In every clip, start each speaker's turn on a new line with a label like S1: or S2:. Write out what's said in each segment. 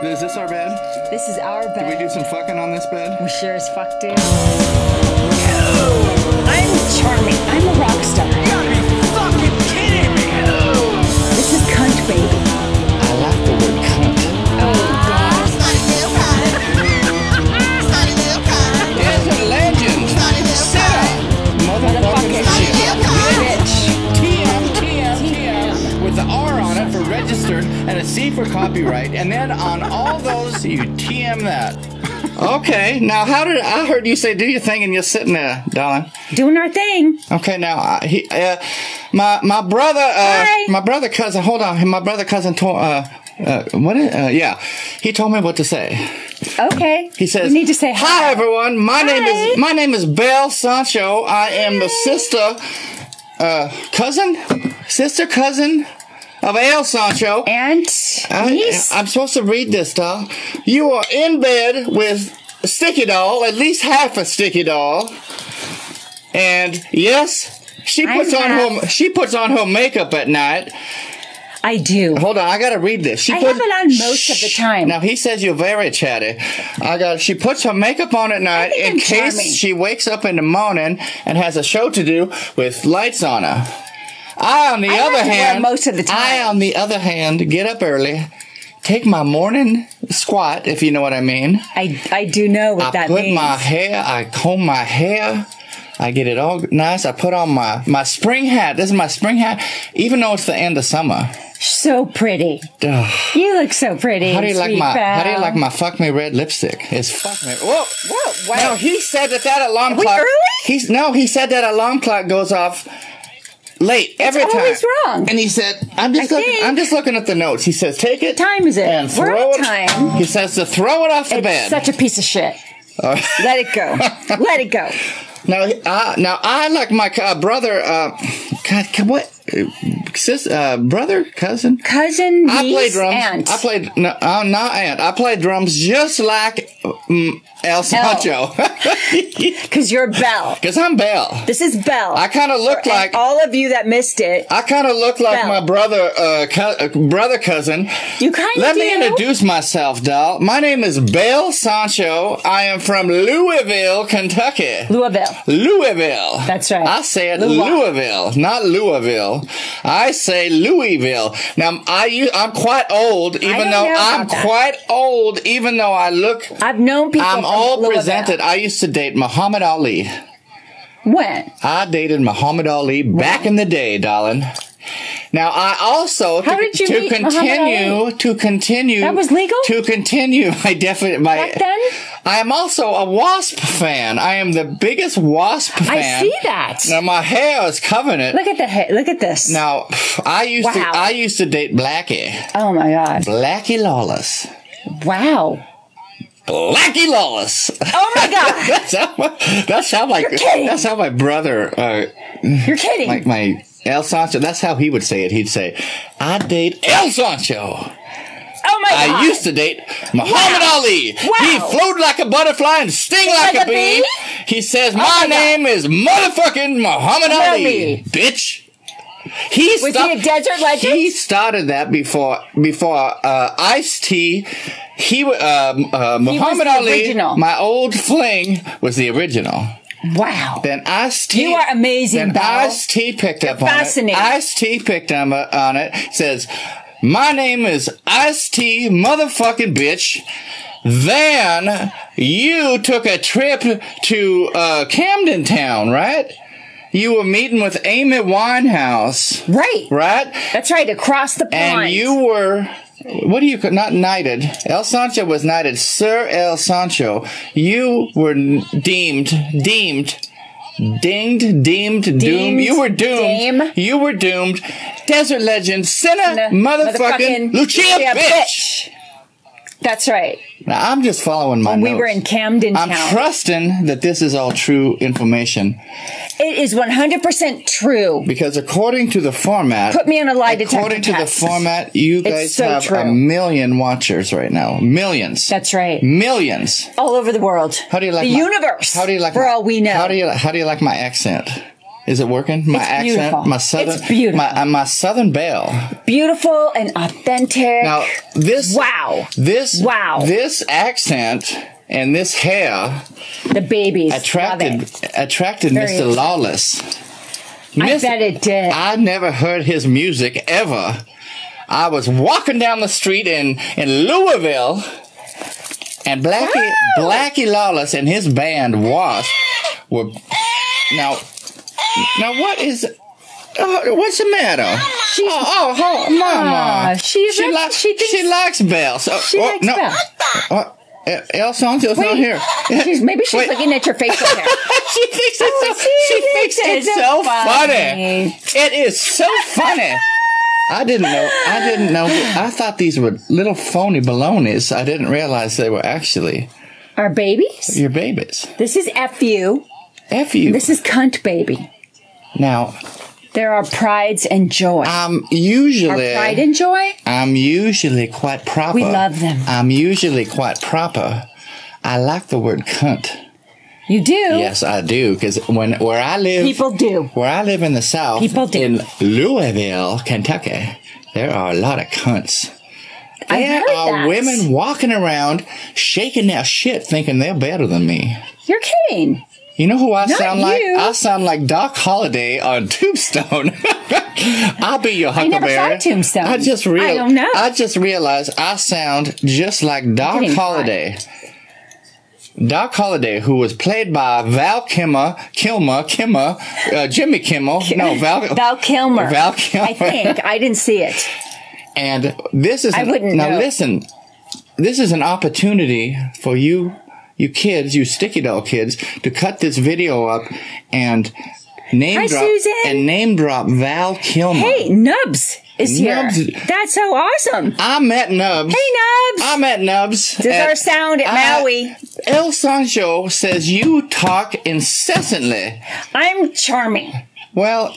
S1: Is this our bed?
S2: This is our
S1: Did we
S2: bed.
S1: do some fucking on this bed?
S2: We sure as fuck do. I'm charming. I'm a rock star.
S3: gotta be fucking kidding me!
S2: This is cunt baby. Oh,
S1: I like the word cunt. There's a legend. Motherfucking shit. TM, TM, TM. With the R on it for registered and a C for copyright. And then on all those, you TM that. Okay, now how did I heard you say do your thing and you're sitting there, darling?
S2: Doing our thing.
S1: Okay, now I, he, uh, my my brother, uh,
S2: Hi.
S1: my brother cousin. Hold on, my brother cousin told. Uh, uh, what? Is, uh, yeah, he told me what to say.
S2: Okay.
S1: He says,
S2: You need to say
S1: hi, everyone. My name
S2: Hi.
S1: is my name is Belle Sancho. I am the sister, uh, cousin, sister cousin of Ale Sancho.
S2: And
S1: I,
S2: niece.
S1: I'm supposed to read this, doll. You are in bed with Sticky Doll, at least half a Sticky Doll. And yes, she
S2: I'm
S1: puts on
S2: half.
S1: her she puts on her makeup at night.
S2: I do.
S1: Hold on, I gotta read this. She
S2: I
S1: put-
S2: have it on most of the time.
S1: Now he says you're very chatty. I got. She puts her makeup on at night
S2: think
S1: in
S2: I'm
S1: case
S2: charming.
S1: she wakes up in the morning and has a show to do with lights on her. I, on the
S2: I
S1: other
S2: like to wear
S1: hand,
S2: most of the time.
S1: I, on the other hand, get up early, take my morning squat, if you know what I mean.
S2: I, I do know what
S1: I
S2: that
S1: put
S2: means.
S1: my hair, I comb my hair, I get it all nice. I put on my my spring hat. This is my spring hat, even though it's the end of summer.
S2: so pretty.
S1: Ugh.
S2: You look so pretty.
S1: How do you like
S2: sweet
S1: my How do you
S2: pal.
S1: like my fuck me red lipstick? It's fuck me. Whoa, whoa, wow. No, he said that that alarm
S2: we
S1: clock.
S2: early?
S1: He's no, he said that alarm clock goes off late every time.
S2: always wrong.
S1: And he said, "I'm just
S2: I
S1: looking.
S2: think-
S1: I'm just looking at the notes." He says, "Take it."
S2: time is it?
S1: And
S2: We're
S1: throw
S2: on
S1: it.
S2: time.
S1: He says to throw it off the
S2: It's
S1: bed.
S2: such a piece of shit.
S1: Uh,
S2: Let it go. Let it go.
S1: now, I, now I like my co- uh, brother. Uh, God, co- what? Uh, sis, uh, brother, cousin.
S2: Cousin, niece,
S1: I played drums.
S2: aunt.
S1: I played no, uh, not aunt. I played drums just like mm, El Sancho.
S2: Because you're Belle.
S1: Cause I'm Bell.
S2: This is Belle.
S1: I kind of look
S2: And
S1: like
S2: all of you that missed it.
S1: I kind of look like
S2: Belle.
S1: my brother, uh, co- uh, brother cousin.
S2: You kind of
S1: Let
S2: do.
S1: me introduce myself, doll. My name is Belle Sancho. I am from Louisville, Kentucky.
S2: Louisville.
S1: Louisville.
S2: That's right.
S1: I say it
S2: Lua.
S1: Louisville, not Louisville. I say Louisville. Now I u- I'm quite old, even
S2: don't
S1: though
S2: know about
S1: I'm
S2: that.
S1: quite old, even though I look.
S2: I've known people.
S1: I'm
S2: from
S1: all
S2: Louisville.
S1: presented. I used to date Muhammad Ali.
S2: When?
S1: I dated Muhammad Ali back in the day, darling. Now I also
S2: How
S1: to,
S2: did you
S1: to
S2: meet Muhammad
S1: continue to continue
S2: That was legal?
S1: to continue my definite my
S2: Back then?
S1: I am also a Wasp fan. I am the biggest Wasp fan.
S2: I see that.
S1: Now my hair is covering it.
S2: Look at the he- look at this.
S1: Now I used to
S2: Wow.
S1: I used to date Blackie,
S2: Oh my god!
S1: Blackie Lawless,
S2: Wow!
S1: Blackie Lawless.
S2: Oh my god!
S1: that's how my, that's how my
S2: kidding.
S1: that's how my brother uh,
S2: You're kidding.
S1: like my El Sancho. That's how he would say it. He'd say, "I date El Sancho.
S2: oh my god!
S1: I used to date Muhammad
S2: Wow.
S1: Ali. He
S2: Wow.
S1: flowed like a butterfly and sting like, a bee. He says, "My,
S2: Oh my God.
S1: name is motherfucking Muhammad Ali,
S2: Ali.
S1: bitch." He
S2: Was
S1: sto-
S2: he a desert legend?
S1: He started that before before uh, Ice T. He wa- uh, uh, Muhammad
S2: the
S1: Ali,
S2: original.
S1: my old fling, was the original.
S2: wow!
S1: Then Ice T.
S2: You are amazing,
S1: Then
S2: Belle.
S1: Ice T picked up on
S2: fascinating.
S1: it. Ice T picked up on it. Says, "My name is Ice T, motherfucking bitch." Then you took a trip to uh, Camden Town, right? You were meeting with Amy Winehouse,
S2: right.
S1: right?
S2: That's right. Across the pond.
S1: And you were. What do you ca- not knighted? El Sancho was knighted. Sir El Sancho, you were n- deemed, deemed, dinged, deemed, doomed.
S2: Deemed,
S1: You were doomed.
S2: dame.
S1: You were doomed. Desert legend,
S2: Nah,
S1: sinner, motherfucking, Lucia, bitch.
S2: That's right.
S1: Now I'm just following my.
S2: We
S1: notes.
S2: were in Camden
S1: I'm
S2: Town.
S1: trusting that this is all true information
S2: it is 100% true.
S1: because according to the format,
S2: Put me on a lie detector
S1: According to the
S2: test.
S1: format, you guys
S2: so
S1: have a
S2: true.
S1: million watchers right now. Millions.
S2: That's right.
S1: Millions.
S2: All over the world.
S1: How do you like
S2: the
S1: my-
S2: universe?
S1: How do you like
S2: For
S1: my-
S2: all we know.
S1: How do you like, how do you like my accent? Is it working? My
S2: It's
S1: accent,
S2: beautiful.
S1: my southern,
S2: It's beautiful.
S1: my uh, my southern belle.
S2: Beautiful and authentic.
S1: Now this,
S2: wow.
S1: this,
S2: Wow.
S1: this accent and this hair
S2: The babies. Love
S1: attracted
S2: it.
S1: attracted
S2: Very
S1: Mr. Lawless.
S2: I
S1: Miss- Ah,
S2: bet it did.
S1: I never heard his music ever. I was walking down the street in, in Louisville, and Blackie Blackie Lawless and his band Wasp were now. Now what is? uh, what's the matter?
S2: She's-
S1: oh, oh, oh,
S2: Ah,
S1: mama.
S2: she's
S1: she
S2: a-
S1: likes
S2: she
S1: she,
S2: thinks-
S1: likes Bell. So,
S2: She likes Belle.
S1: Uh, El Santo's not
S2: Wait.
S1: here.
S2: She's, maybe she's
S1: Wait.
S2: looking at your facial hair.
S1: she thinks it's so,
S2: see,
S1: she
S2: this
S1: thinks it's
S2: is
S1: so funny.
S2: funny.
S1: It is so funny. I didn't know. I didn't know. I thought these were little phony balonies. I didn't realize they were actually
S2: Our babies?
S1: your babies.
S2: This is FU.
S1: F you.
S2: This is cunt baby.
S1: now,
S2: There are prides and joy.
S1: I'm
S2: Our
S1: usually.
S2: pride and joy?
S1: I'm usually quite proper.
S2: We love them.
S1: I'm usually quite proper. I like the word cunt.
S2: You do.
S1: Yes, I do. Because when where I live,
S2: People do.
S1: Where I live in the South,
S2: People do.
S1: in Louisville, Kentucky, there are a lot of cunts.
S2: I
S1: There
S2: heard
S1: are
S2: that.
S1: women walking around shaking their shit thinking they're better than me.
S2: You're kidding.
S1: You know who I
S2: Not
S1: sound like?
S2: you.
S1: I sound like Doc Holliday on Tombstone. I'll be your
S2: never
S1: Huckleberry.
S2: saw Tombstone.
S1: I just real-
S2: I don't know.
S1: I just realized I sound just like Doc
S2: getting hot.
S1: Holliday. Doc Holliday, who was played by Val Kimmer, Kilmer, Kimmer, uh, Jimmy Kimmel. No, Oh, Val.
S2: Val Kilmer.
S1: Val Kilmer.
S2: I think. I didn't see it.
S1: And this is
S2: I
S1: an-
S2: wouldn't
S1: now
S2: know.
S1: listen. This is an opportunity for you, you kids, you sticky doll kids, to cut this video up and name
S2: Hi,
S1: drop
S2: Susan.
S1: and name drop Val Kilmer.
S2: Hey, Nubs is here.
S1: Nubs. Ah.
S2: That's so awesome.
S1: I met Nubs.
S2: Hey, Nubs.
S1: I met Nubs.
S2: this is our sound at
S1: I-
S2: Maui.
S1: El Sancho says you talk incessantly.
S2: I'm charming.
S1: Well,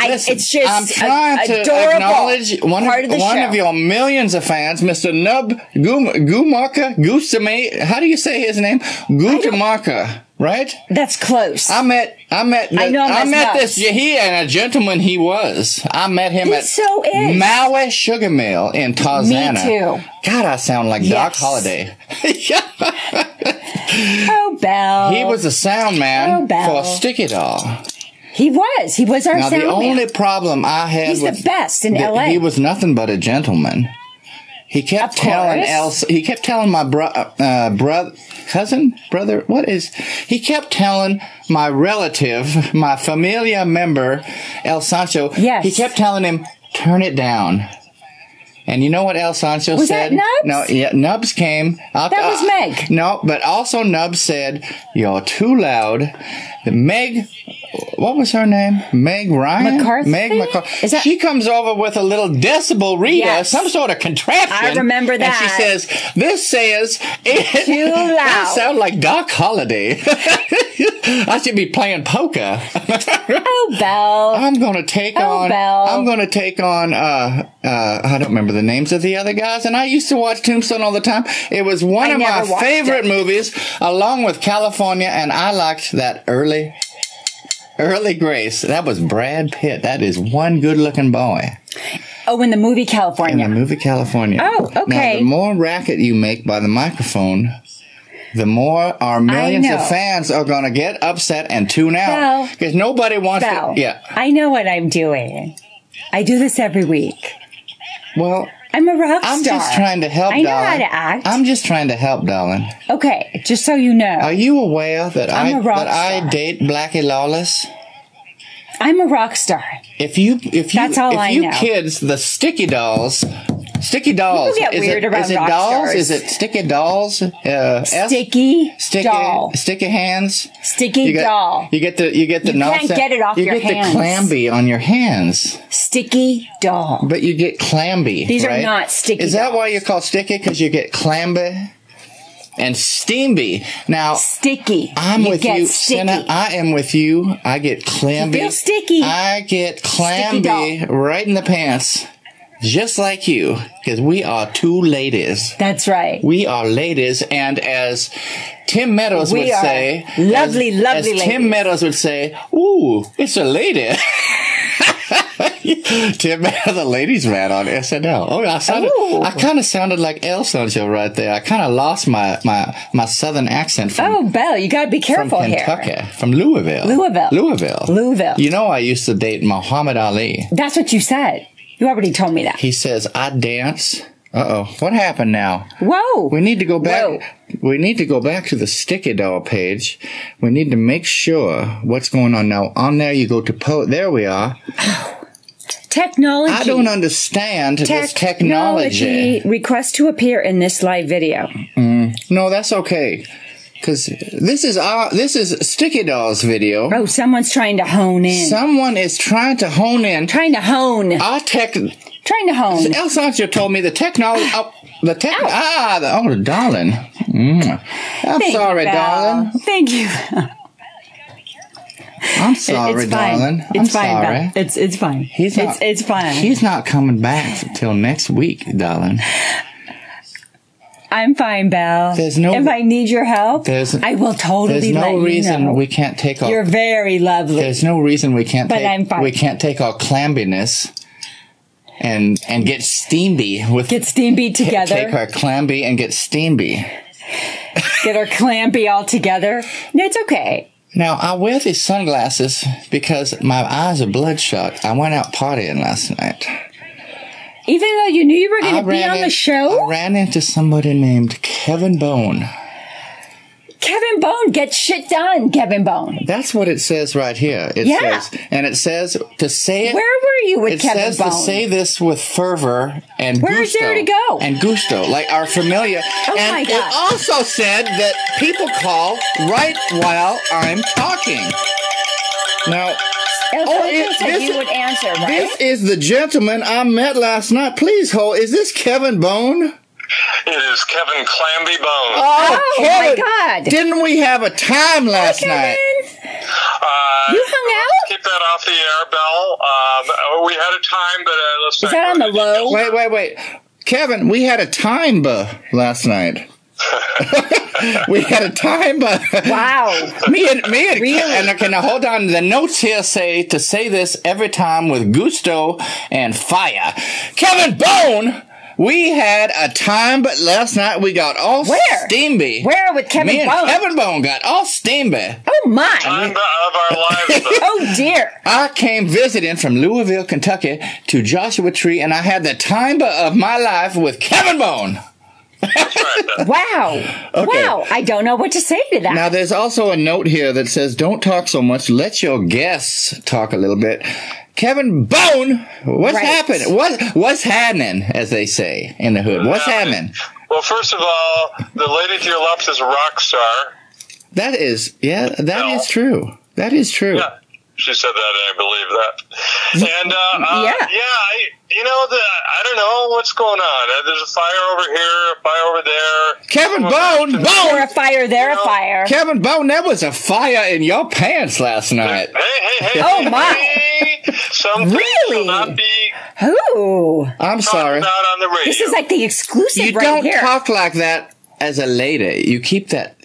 S2: I,
S1: listen,
S2: it's just
S1: I'm
S2: a-
S1: trying to
S2: adorable
S1: acknowledge one,
S2: part
S1: of,
S2: of the
S1: one
S2: show.
S1: of your millions of fans, Mr. Nub Gum- Gumaka Gustame. How do you say his name? Gutamaka, right?
S2: That's close.
S1: I met I met the,
S2: I know him as
S1: met
S2: Nub.
S1: this he and a gentleman he was. I met him
S2: He
S1: at
S2: so is.
S1: Maui Sugar Mill in Tarzana.
S2: too.
S1: God, I sound like Doc
S2: Yes.
S1: Holliday.
S2: oh, Bell.
S1: He was a sound
S2: Oh,
S1: man
S2: Belle.
S1: for Sticky Doll.
S2: He was. He was our
S1: Now
S2: sound
S1: the
S2: man.
S1: only problem I had
S2: He's
S1: was
S2: the best in
S1: that
S2: LA.
S1: He was nothing but a gentleman. He kept
S2: Of
S1: telling
S2: course.
S1: Elsa. He kept telling my bro, uh, brother, cousin, brother. What is? He kept telling my relative, my familia member, El Sancho.
S2: Yes.
S1: He kept telling him, "Turn it down." And you know what El Sancho
S2: Was that
S1: said?
S2: Nubs?
S1: No, yeah, Nubs came. I'll-
S2: That was
S1: uh,
S2: Meg.
S1: No, but also Nubs said, "You're too loud." The Meg, what was her name? Meg Ryan.
S2: McCarthy?
S1: Meg McCarthy.
S2: Is that-
S1: she comes over with a little decibel reader,
S2: Yes.
S1: some sort of contraption.
S2: I remember
S1: And she
S2: that.
S1: says, "This says it,
S2: Too
S1: That
S2: loud.
S1: sound like Doc Holliday. I should be playing poker.
S2: oh, Bell.
S1: I'm gonna take
S2: Oh,
S1: on.
S2: Belle.
S1: I'm gonna take on. Uh, uh, I don't remember the names of the other guys, and I used to watch Tombstone all the time. It was one
S2: I
S1: of my
S2: never watched
S1: favorite
S2: it.
S1: movies, along with California, and I liked that early, early Grace. That was Brad Pitt. That is one good-looking boy
S2: Oh, in the movie
S1: in the
S2: California.
S1: movie California.
S2: Oh,
S1: Now,
S2: okay.
S1: the more racket you make by the microphone. The more our millions
S2: know.
S1: of fans are gonna get upset and tune
S2: Belle.
S1: out because nobody wants
S2: Bell.
S1: to. Yeah.
S2: I know what I'm doing. I do this every week.
S1: Well,
S2: I'm a rock
S1: I'm
S2: star.
S1: just trying to help.
S2: I know
S1: darling.
S2: how to act.
S1: I'm just trying to help, darling.
S2: okay, just so you know,
S1: Are you aware that
S2: I'm
S1: I-
S2: a rock
S1: that I
S2: star.
S1: date Blackie Lawless?
S2: I'm a rock star.
S1: If you if you
S2: That's all
S1: if
S2: I
S1: you
S2: know.
S1: kids the sticky dolls. Sticky dolls.
S2: get
S1: is
S2: weird
S1: it,
S2: around
S1: is it
S2: rock
S1: dolls?
S2: stars.
S1: Is it sticky dolls? Uh, S-
S2: Sticky,
S1: sticky
S2: doll.
S1: sticky hands.
S2: Sticky
S1: You get,
S2: doll.
S1: You get the you get the
S2: You can't
S1: nonsense-
S2: get it off
S1: you
S2: your
S1: get
S2: hands.
S1: the clamby on your hands,
S2: Sticky doll.
S1: but you get clamby.
S2: These are
S1: right?
S2: not sticky
S1: Is that why you're called sticky? Because you get clamby and steamby. Now
S2: Sticky.
S1: I'm
S2: you
S1: with
S2: get
S1: you,
S2: Sticky.
S1: Senna. I am with you. I get clamby.
S2: You feel sticky.
S1: I get
S2: doll.
S1: clamby right in the pants. just like you, because we are two ladies.
S2: That's right.
S1: We are ladies, and as Tim Meadows
S2: We
S1: would
S2: are
S1: say,
S2: lovely,
S1: as,
S2: lovely
S1: as
S2: ladies.
S1: Tim Meadows would say, "Ooh, it's a lady." Tim Meadows, the ladies man on SNL. Oh, I sounded,
S2: Ooh.
S1: I kind of sounded like El Sancho right there. I kind of lost my my my southern accent from
S2: Oh, Belle, you got to be
S1: from
S2: careful
S1: Kentucky,
S2: here.
S1: from Louisville.
S2: Louisville.
S1: Louisville.
S2: Louisville.
S1: You know, I used to date Muhammad Ali.
S2: That's what you said. You already told me that.
S1: He says, I dance. Uh oh. What happened now?
S2: Whoa.
S1: We need to go back.
S2: Whoa.
S1: We need to go back to the sticky doll page. We need to make sure what's going on now. On there, you go to po. There we are.
S2: Technology.
S1: I don't understand this technology.
S2: Request to appear in this live video.
S1: No, that's okay. Cause this is our this is Sticky Doll's video.
S2: Oh, someone's trying to hone in.
S1: Someone is trying to hone in.
S2: trying to hone.
S1: Our tech
S2: trying to hone.
S1: El Sancho told me the technology. Oh, the tech. Ah, the, oh, darling. Mm. I'm
S2: Thank you,
S1: sorry,
S2: Val.
S1: darling.
S2: Thank you.
S1: I'm sorry,
S2: it's fine.
S1: darling.
S2: It's
S1: I'm
S2: fine. Val.
S1: sorry.
S2: It's it's fine.
S1: He's
S2: it's
S1: not-
S2: it's fine.
S1: He's not coming back till next week, darling.
S2: I'm fine, Belle.
S1: There's no-
S2: If I need your help,
S1: There's-
S2: I will totally.
S1: There's no
S2: let you
S1: reason
S2: know.
S1: we can't take
S2: You're
S1: our.
S2: very lovely.
S1: There's no reason we can't.
S2: But
S1: take,
S2: I'm fine.
S1: We can't take our clambiness. And and get steamy with
S2: Get Steamby together.
S1: take our clamby and get steamy.
S2: Get our clampy all together. No, It's okay.
S1: Now I wear these sunglasses because my eyes are bloodshot. I went out partying last night.
S2: Even though you knew you were going to be
S1: ran
S2: on
S1: in-
S2: the show,
S1: I ran into somebody named Kevin Bone.
S2: Kevin Bone, get shit done, Kevin Bone.
S1: That's what it says right here. It
S2: Yeah.
S1: says, and it says to say it.
S2: Where were you with
S1: it
S2: Kevin
S1: says
S2: Bone?
S1: to say this with fervor and
S2: Where is
S1: gusto.
S2: there to go?
S1: And gusto, like our familiar.
S2: Oh
S1: and
S2: my
S1: it
S2: God.
S1: also said that people call right while I'm talking. Now,
S2: El
S1: Oh,
S2: Sancho
S1: it-
S2: said
S1: this-
S2: you would answer, right?
S1: this is the gentleman I met last night. Please hold. Is this Kevin Bone?
S4: It is Kevin Clamby Bone.
S2: Oh, my God.
S1: Didn't we have a time last night?
S2: Kevin,
S4: uh,
S2: you hung out?
S4: keep that off the air, Bell. Um, oh, we had a time, but uh, let's
S2: Is that on the low?
S1: Wait, wait, wait. Kevin, we had a time uh, last night. we had a time uh,
S2: Wow.
S1: me and me and,
S2: Really?
S1: and okay now hold on the notes here say to say this every time with gusto and fire kevin bone we had a time but last night we got all
S2: Where?
S1: steamy
S2: Where with Kevin
S1: me and
S2: Bone?
S1: kevin bone got all steamy
S2: Oh, my.
S4: time of our lives. Belle.
S2: Oh, dear.
S1: I came visiting from Louisville, Kentucky to Joshua Tree, and I had the time of my life with Kevin Bone.
S2: Wow.
S1: Okay.
S2: Wow. I don't know what to say to that.
S1: Now, there's also a note here that says, "Don't talk so much. Let your guests talk a little bit." Kevin Bone, what's
S2: Right.
S1: happening? What what's happening, as they say in the hood? What's happening?
S4: well, first of all, the lady to your left is a rock star.
S1: That is, yeah, that is
S4: No.
S1: true. That is true.
S4: Yeah, she said that, and I believe that. And uh, uh,
S2: Yeah.
S4: I, you know, the, I don't know what's going on. Uh, there's a fire over here, a fire over there.
S1: Kevin Bone,
S2: Or
S1: Bone,
S2: a fire, there a
S4: No.
S2: fire.
S1: Kevin Bone. There was a fire in your pants last night.
S4: Hey, hey, hey!
S2: Oh, my.
S4: Hey, some things
S2: Really?
S4: will not be
S2: Ooh.
S1: I'm
S4: talked
S1: sorry.
S4: about on the radio.
S2: This is like the exclusive
S1: You
S2: right
S1: don't
S2: here.
S1: talk like that as a lady. You keep that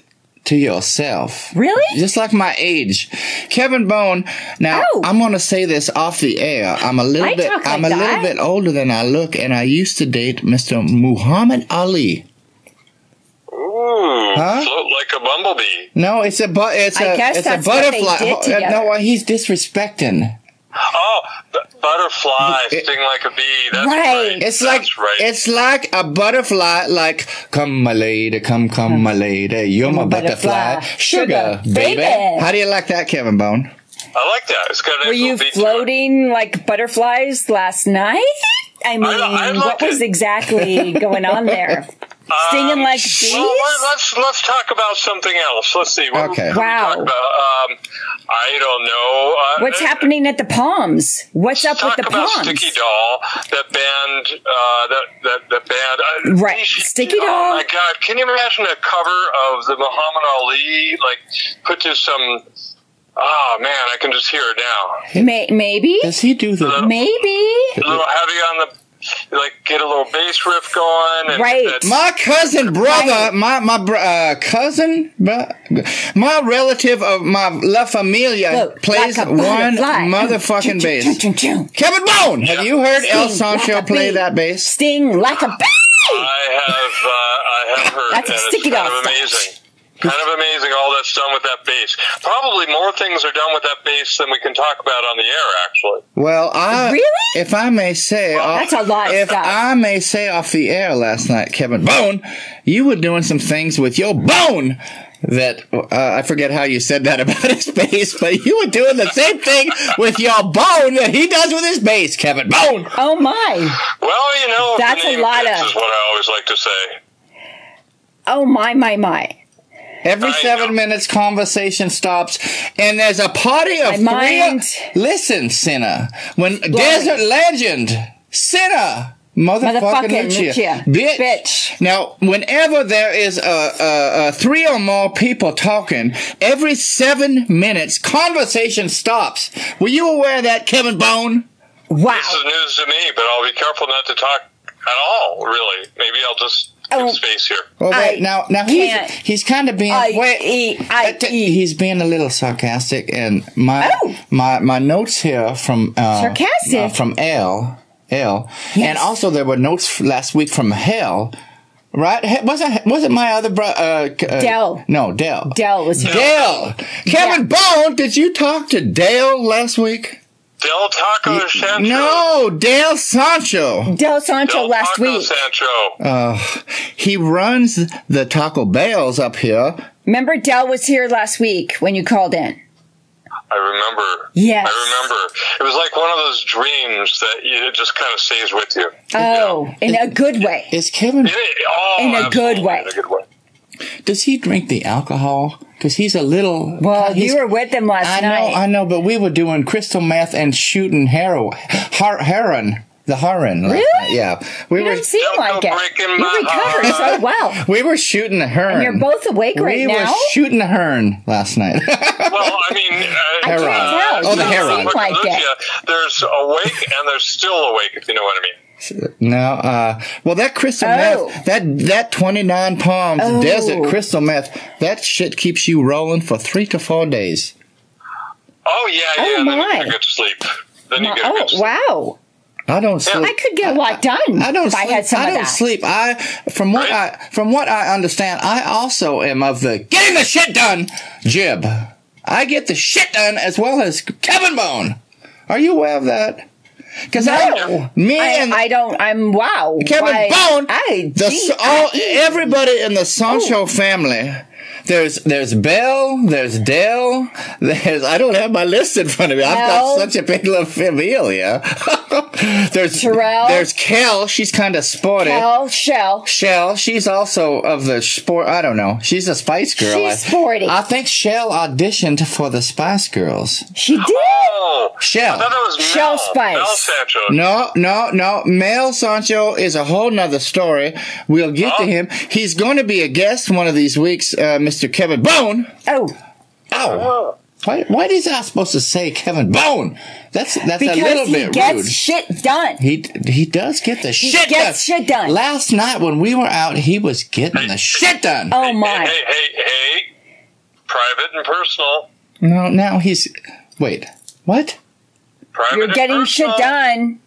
S1: to yourself.
S2: Really?
S1: Just like my age. Kevin Bone. Now
S2: Oh.
S1: I'm gonna say this off the air. I'm a little
S2: I
S1: bit
S2: talk like
S1: I'm a
S2: that.
S1: little bit older than I look, and I used to date Mr. Muhammad Ali.
S4: Ooh,
S1: Huh?
S4: float like a bumblebee.
S1: No, it's a but it's
S2: I
S1: a
S2: guess
S1: it's
S2: that's
S1: a
S2: what they
S1: butterfly.
S2: did
S1: Oh,
S2: together.
S1: no, he's disrespecting.
S4: Oh, b- butterfly,
S1: It-
S4: sting like a bee. That's
S2: Right.
S4: right.
S1: It's like
S4: That's right.
S1: it's like a butterfly. Like come my lady, come come my lady, you're my
S2: a
S1: butterfly,
S2: butterfly.
S1: sugar,
S2: Sugar,
S1: baby.
S2: baby.
S1: How do you like that, Kevin Bone?
S4: I like that. It's got a
S2: Were
S4: nice
S2: you
S4: little beat to it.
S2: floating like butterflies last night? I mean,
S4: I
S2: what
S4: like
S2: was
S4: it.
S2: exactly going on there? Singing like bees?
S4: Well, let- let's let's talk about something else. Let's see. What
S1: Okay.
S4: can we
S2: Wow.
S4: talk about? Um, I don't know. Uh,
S2: What's
S4: uh,
S2: happening at the Palms? What's up with
S4: Talk
S2: the
S4: about
S2: Palms?
S4: Sticky Doll, that band, uh, that that that band. Uh,
S2: Right.
S4: she-
S2: Sticky
S4: Oh
S2: Doll.
S4: my God! Can you imagine a cover of the Muhammad Ali, like put to some? Oh man, I can just hear it now.
S2: May- maybe,
S1: Does he do the?
S2: maybe.
S4: A little heavy on the like get a little bass riff going. And
S2: Right.
S4: that-
S1: My cousin brother, my my br- uh, cousin, bro, my relative of my La Familia
S2: Look,
S1: plays
S2: like a
S1: one
S2: butterfly.
S1: motherfucking bass.
S2: Chum, chum, chum.
S1: Kevin Bone, have you heard El
S2: Sting like
S1: Sancho
S2: a
S1: play
S2: bee.
S1: that bass?
S2: Sting like a bee.
S4: I have uh, I have heard
S2: That's a
S4: and
S2: sticky
S4: it's kind
S2: dog
S4: of
S2: stuff.
S4: amazing. Kind of amazing all that's done with that bass. Probably more things are done with that bass than we can talk about on the air actually.
S1: Well, I
S2: Really?
S1: if I may say,
S2: That's a lot of
S1: If
S2: stuff.
S1: I may say off the air last night, Kevin Bone, you were doing some things with your bone that uh, I forget how you said that about his bass, but you were doing the same thing with your bone that he does with his bass, Kevin Bone.
S2: Oh my.
S4: Well, you know, if
S2: That's
S4: the
S2: a
S4: name
S2: lot
S4: fits
S2: of-
S4: is what I always like to say.
S2: Oh my my my.
S1: Every
S4: I
S1: seven
S4: know.
S1: minutes, conversation stops, and there's a party of
S2: My
S1: three.
S2: mind-
S1: Listen, Senna, when desert legend Senna, motherfucking,
S2: Motherfucking
S1: Lucia,
S2: Lucia.
S1: bitch.
S2: Bitch.
S1: Now, whenever there is a, a, a three or more people talking, every seven minutes, conversation stops. Were you aware of that, Kevin Bone?
S2: Wow.
S4: This is news to me, but I'll be careful not to talk at all, really. Maybe I'll just give
S2: Oh.
S4: space here.
S1: Well, wait,
S2: I
S1: now, now
S2: can't.
S1: he's he's kind of being
S2: I
S1: wait.
S2: eat, I
S1: Uh, t-
S2: eat.
S1: He's being a little sarcastic, and my
S2: Oh.
S1: my my notes here from uh,
S2: Sarcastic?
S1: uh, from L L, and
S2: Yes.
S1: also there were notes f- last week from Hell. Right? He- wasn't wasn't my other bro? Uh, c- uh,
S2: Dell.
S1: No, Dell.
S2: Dell was
S1: Dell. Kevin Bone, did you talk to Dale last week?
S4: Del Taco Sancho.
S1: No, Dale Sancho.
S2: Del Sancho
S4: Del
S2: last
S4: Taco
S2: week.
S4: Sancho.
S1: Uh, he runs the Taco Bells up here.
S2: Remember Del was here last week when you called in.
S4: I remember.
S2: Yes.
S4: I remember. It was like one of those dreams that you, it just kind of stays with you.
S2: Oh, in a good way.
S1: Is Kevin?
S4: In a, oh,
S2: In a
S4: absolutely,
S2: good way.
S4: In a good way.
S1: Does he drink the alcohol? Because he's a little.
S2: Well,
S1: he's-
S2: you were with them last
S1: I know,
S2: night.
S1: I know, but we were doing crystal meth and shooting heroin. Har- heron. The heron. last
S2: Really?
S1: night, Yeah. We
S2: you
S1: were
S2: don't seem
S4: Don't
S2: like
S4: go
S2: it.
S4: breaking
S2: You
S4: my
S2: recovered so
S4: heart.
S2: well.
S1: we were shooting a heron.
S2: And you're both awake right
S1: we
S2: now.
S1: were shooting a heron last night.
S4: Well, I mean, uh,
S2: can't
S1: Heron. tell. Oh, the You Heron.
S2: seem like
S4: Lucia,
S2: it.
S4: There's awake and there's still awake. If you know what I mean.
S1: no, uh, well, that crystal
S2: Oh.
S1: meth, that that twenty nine palms
S2: Oh.
S1: desert crystal meth, that shit keeps you rolling for three to four days.
S4: Oh yeah, yeah.
S2: Oh,
S4: then you
S2: my.
S4: get a good sleep. Then you get a
S2: oh
S4: good sleep.
S2: wow!
S1: I don't sleep.
S2: I could get a lot done
S1: I don't.
S2: if
S1: Sleep.
S2: I had some
S1: I
S2: of
S1: don't
S2: that.
S1: sleep. I from what
S4: Right.
S1: I from what I understand, I also am of the getting the shit done jib. I get the shit done as well as Kevin Bone. Are you aware of that? Because I,
S2: No.
S1: me
S2: I,
S1: and
S2: I don't. I'm wow.
S1: Kevin
S2: Why-
S1: Bone,
S2: I,
S1: the
S2: gee,
S1: s- all,
S2: I- E.
S1: everybody in the Sancho family. There's there's Bell, there's Dell, there's I don't have my list in front of me. I've got
S2: Bell.
S1: such a big little familia. there's
S2: Terrell.
S1: there's Kel, she's kind of sporty.
S2: Hell, shell.
S1: Shell, she's also of the sport. I don't know. She's a Spice Girl.
S2: She's
S1: I-
S2: sporty.
S1: I think Shell auditioned for the Spice Girls.
S2: She did.
S4: Oh, I thought
S1: Shell.
S4: that was
S2: Shell
S4: Mel.
S2: spice.
S4: Mel Sancho.
S1: No, no, no. Mel Sancho is a whole nother story. We'll get to
S4: Oh.
S1: him. He's going to be a guest one of these weeks, uh, Mr. Kevin Bone.
S2: Oh,
S1: Ow.
S4: Oh.
S1: Why, why is I supposed to say Kevin Bone? That's that's a little
S2: because he
S1: bit
S2: gets
S1: rude.
S2: shit done.
S1: he he does get the shit
S2: gets
S1: done.
S2: shit done.
S1: Last night when we were out, he was getting the shit done.
S2: Oh
S4: Hey,
S2: my!
S4: hey, hey, hey. Private and personal.
S1: No, now he's. Wait, what?
S4: Private
S2: You're
S4: and
S2: getting shit
S4: personal.
S1: uh,
S2: done.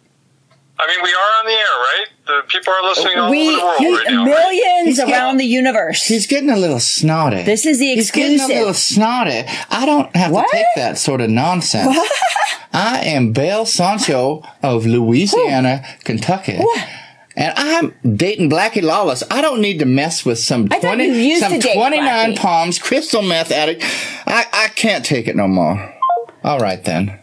S4: I mean, we are on the air, right? The people are listening all
S2: We
S4: over the
S2: he-
S4: world right now. right?
S2: millions
S1: He's
S2: around the universe.
S1: He's getting a little snotty.
S2: This is the
S1: He's getting a little
S2: exclusive.
S1: snotty. I don't have
S2: What?
S1: to take that sort of nonsense. I am Belle Sancho of Louisiana, Kentucky. And I'm dating Blackie Lawless. I don't need to mess with some
S2: I thought
S1: twenty,
S2: you used
S1: some
S2: to date
S1: twenty-nine
S2: Blackie.
S1: palms crystal meth addict. I, I can't take it no more. All right then.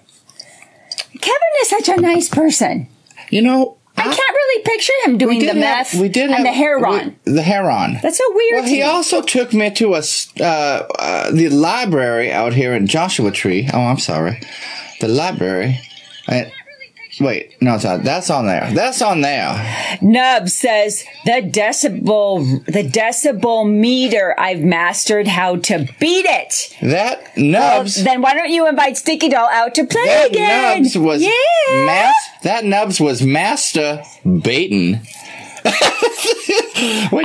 S2: Kevin is such a nice person.
S1: You know,
S2: I can't really picture him doing the
S1: did have-
S2: meth
S1: we did
S2: and
S1: have,
S2: the hair
S1: we-
S2: on.
S1: the hair on.
S2: That's so weird.
S1: Well,
S2: to
S1: he
S2: me.
S1: also took me to a s- uh, uh, the library out here in Joshua Tree. Oh, I'm sorry, the library. I, Wait, no, it's not. That's on there. That's on there.
S2: Nub says the decibel, the decibel meter. I've mastered how to beat it.
S1: That
S2: Well,
S1: nubs.
S2: then why don't you invite Sticky Doll out to play
S1: that
S2: again?
S1: nubs was
S2: yeah.
S1: mas- That nubs was master baiting. Which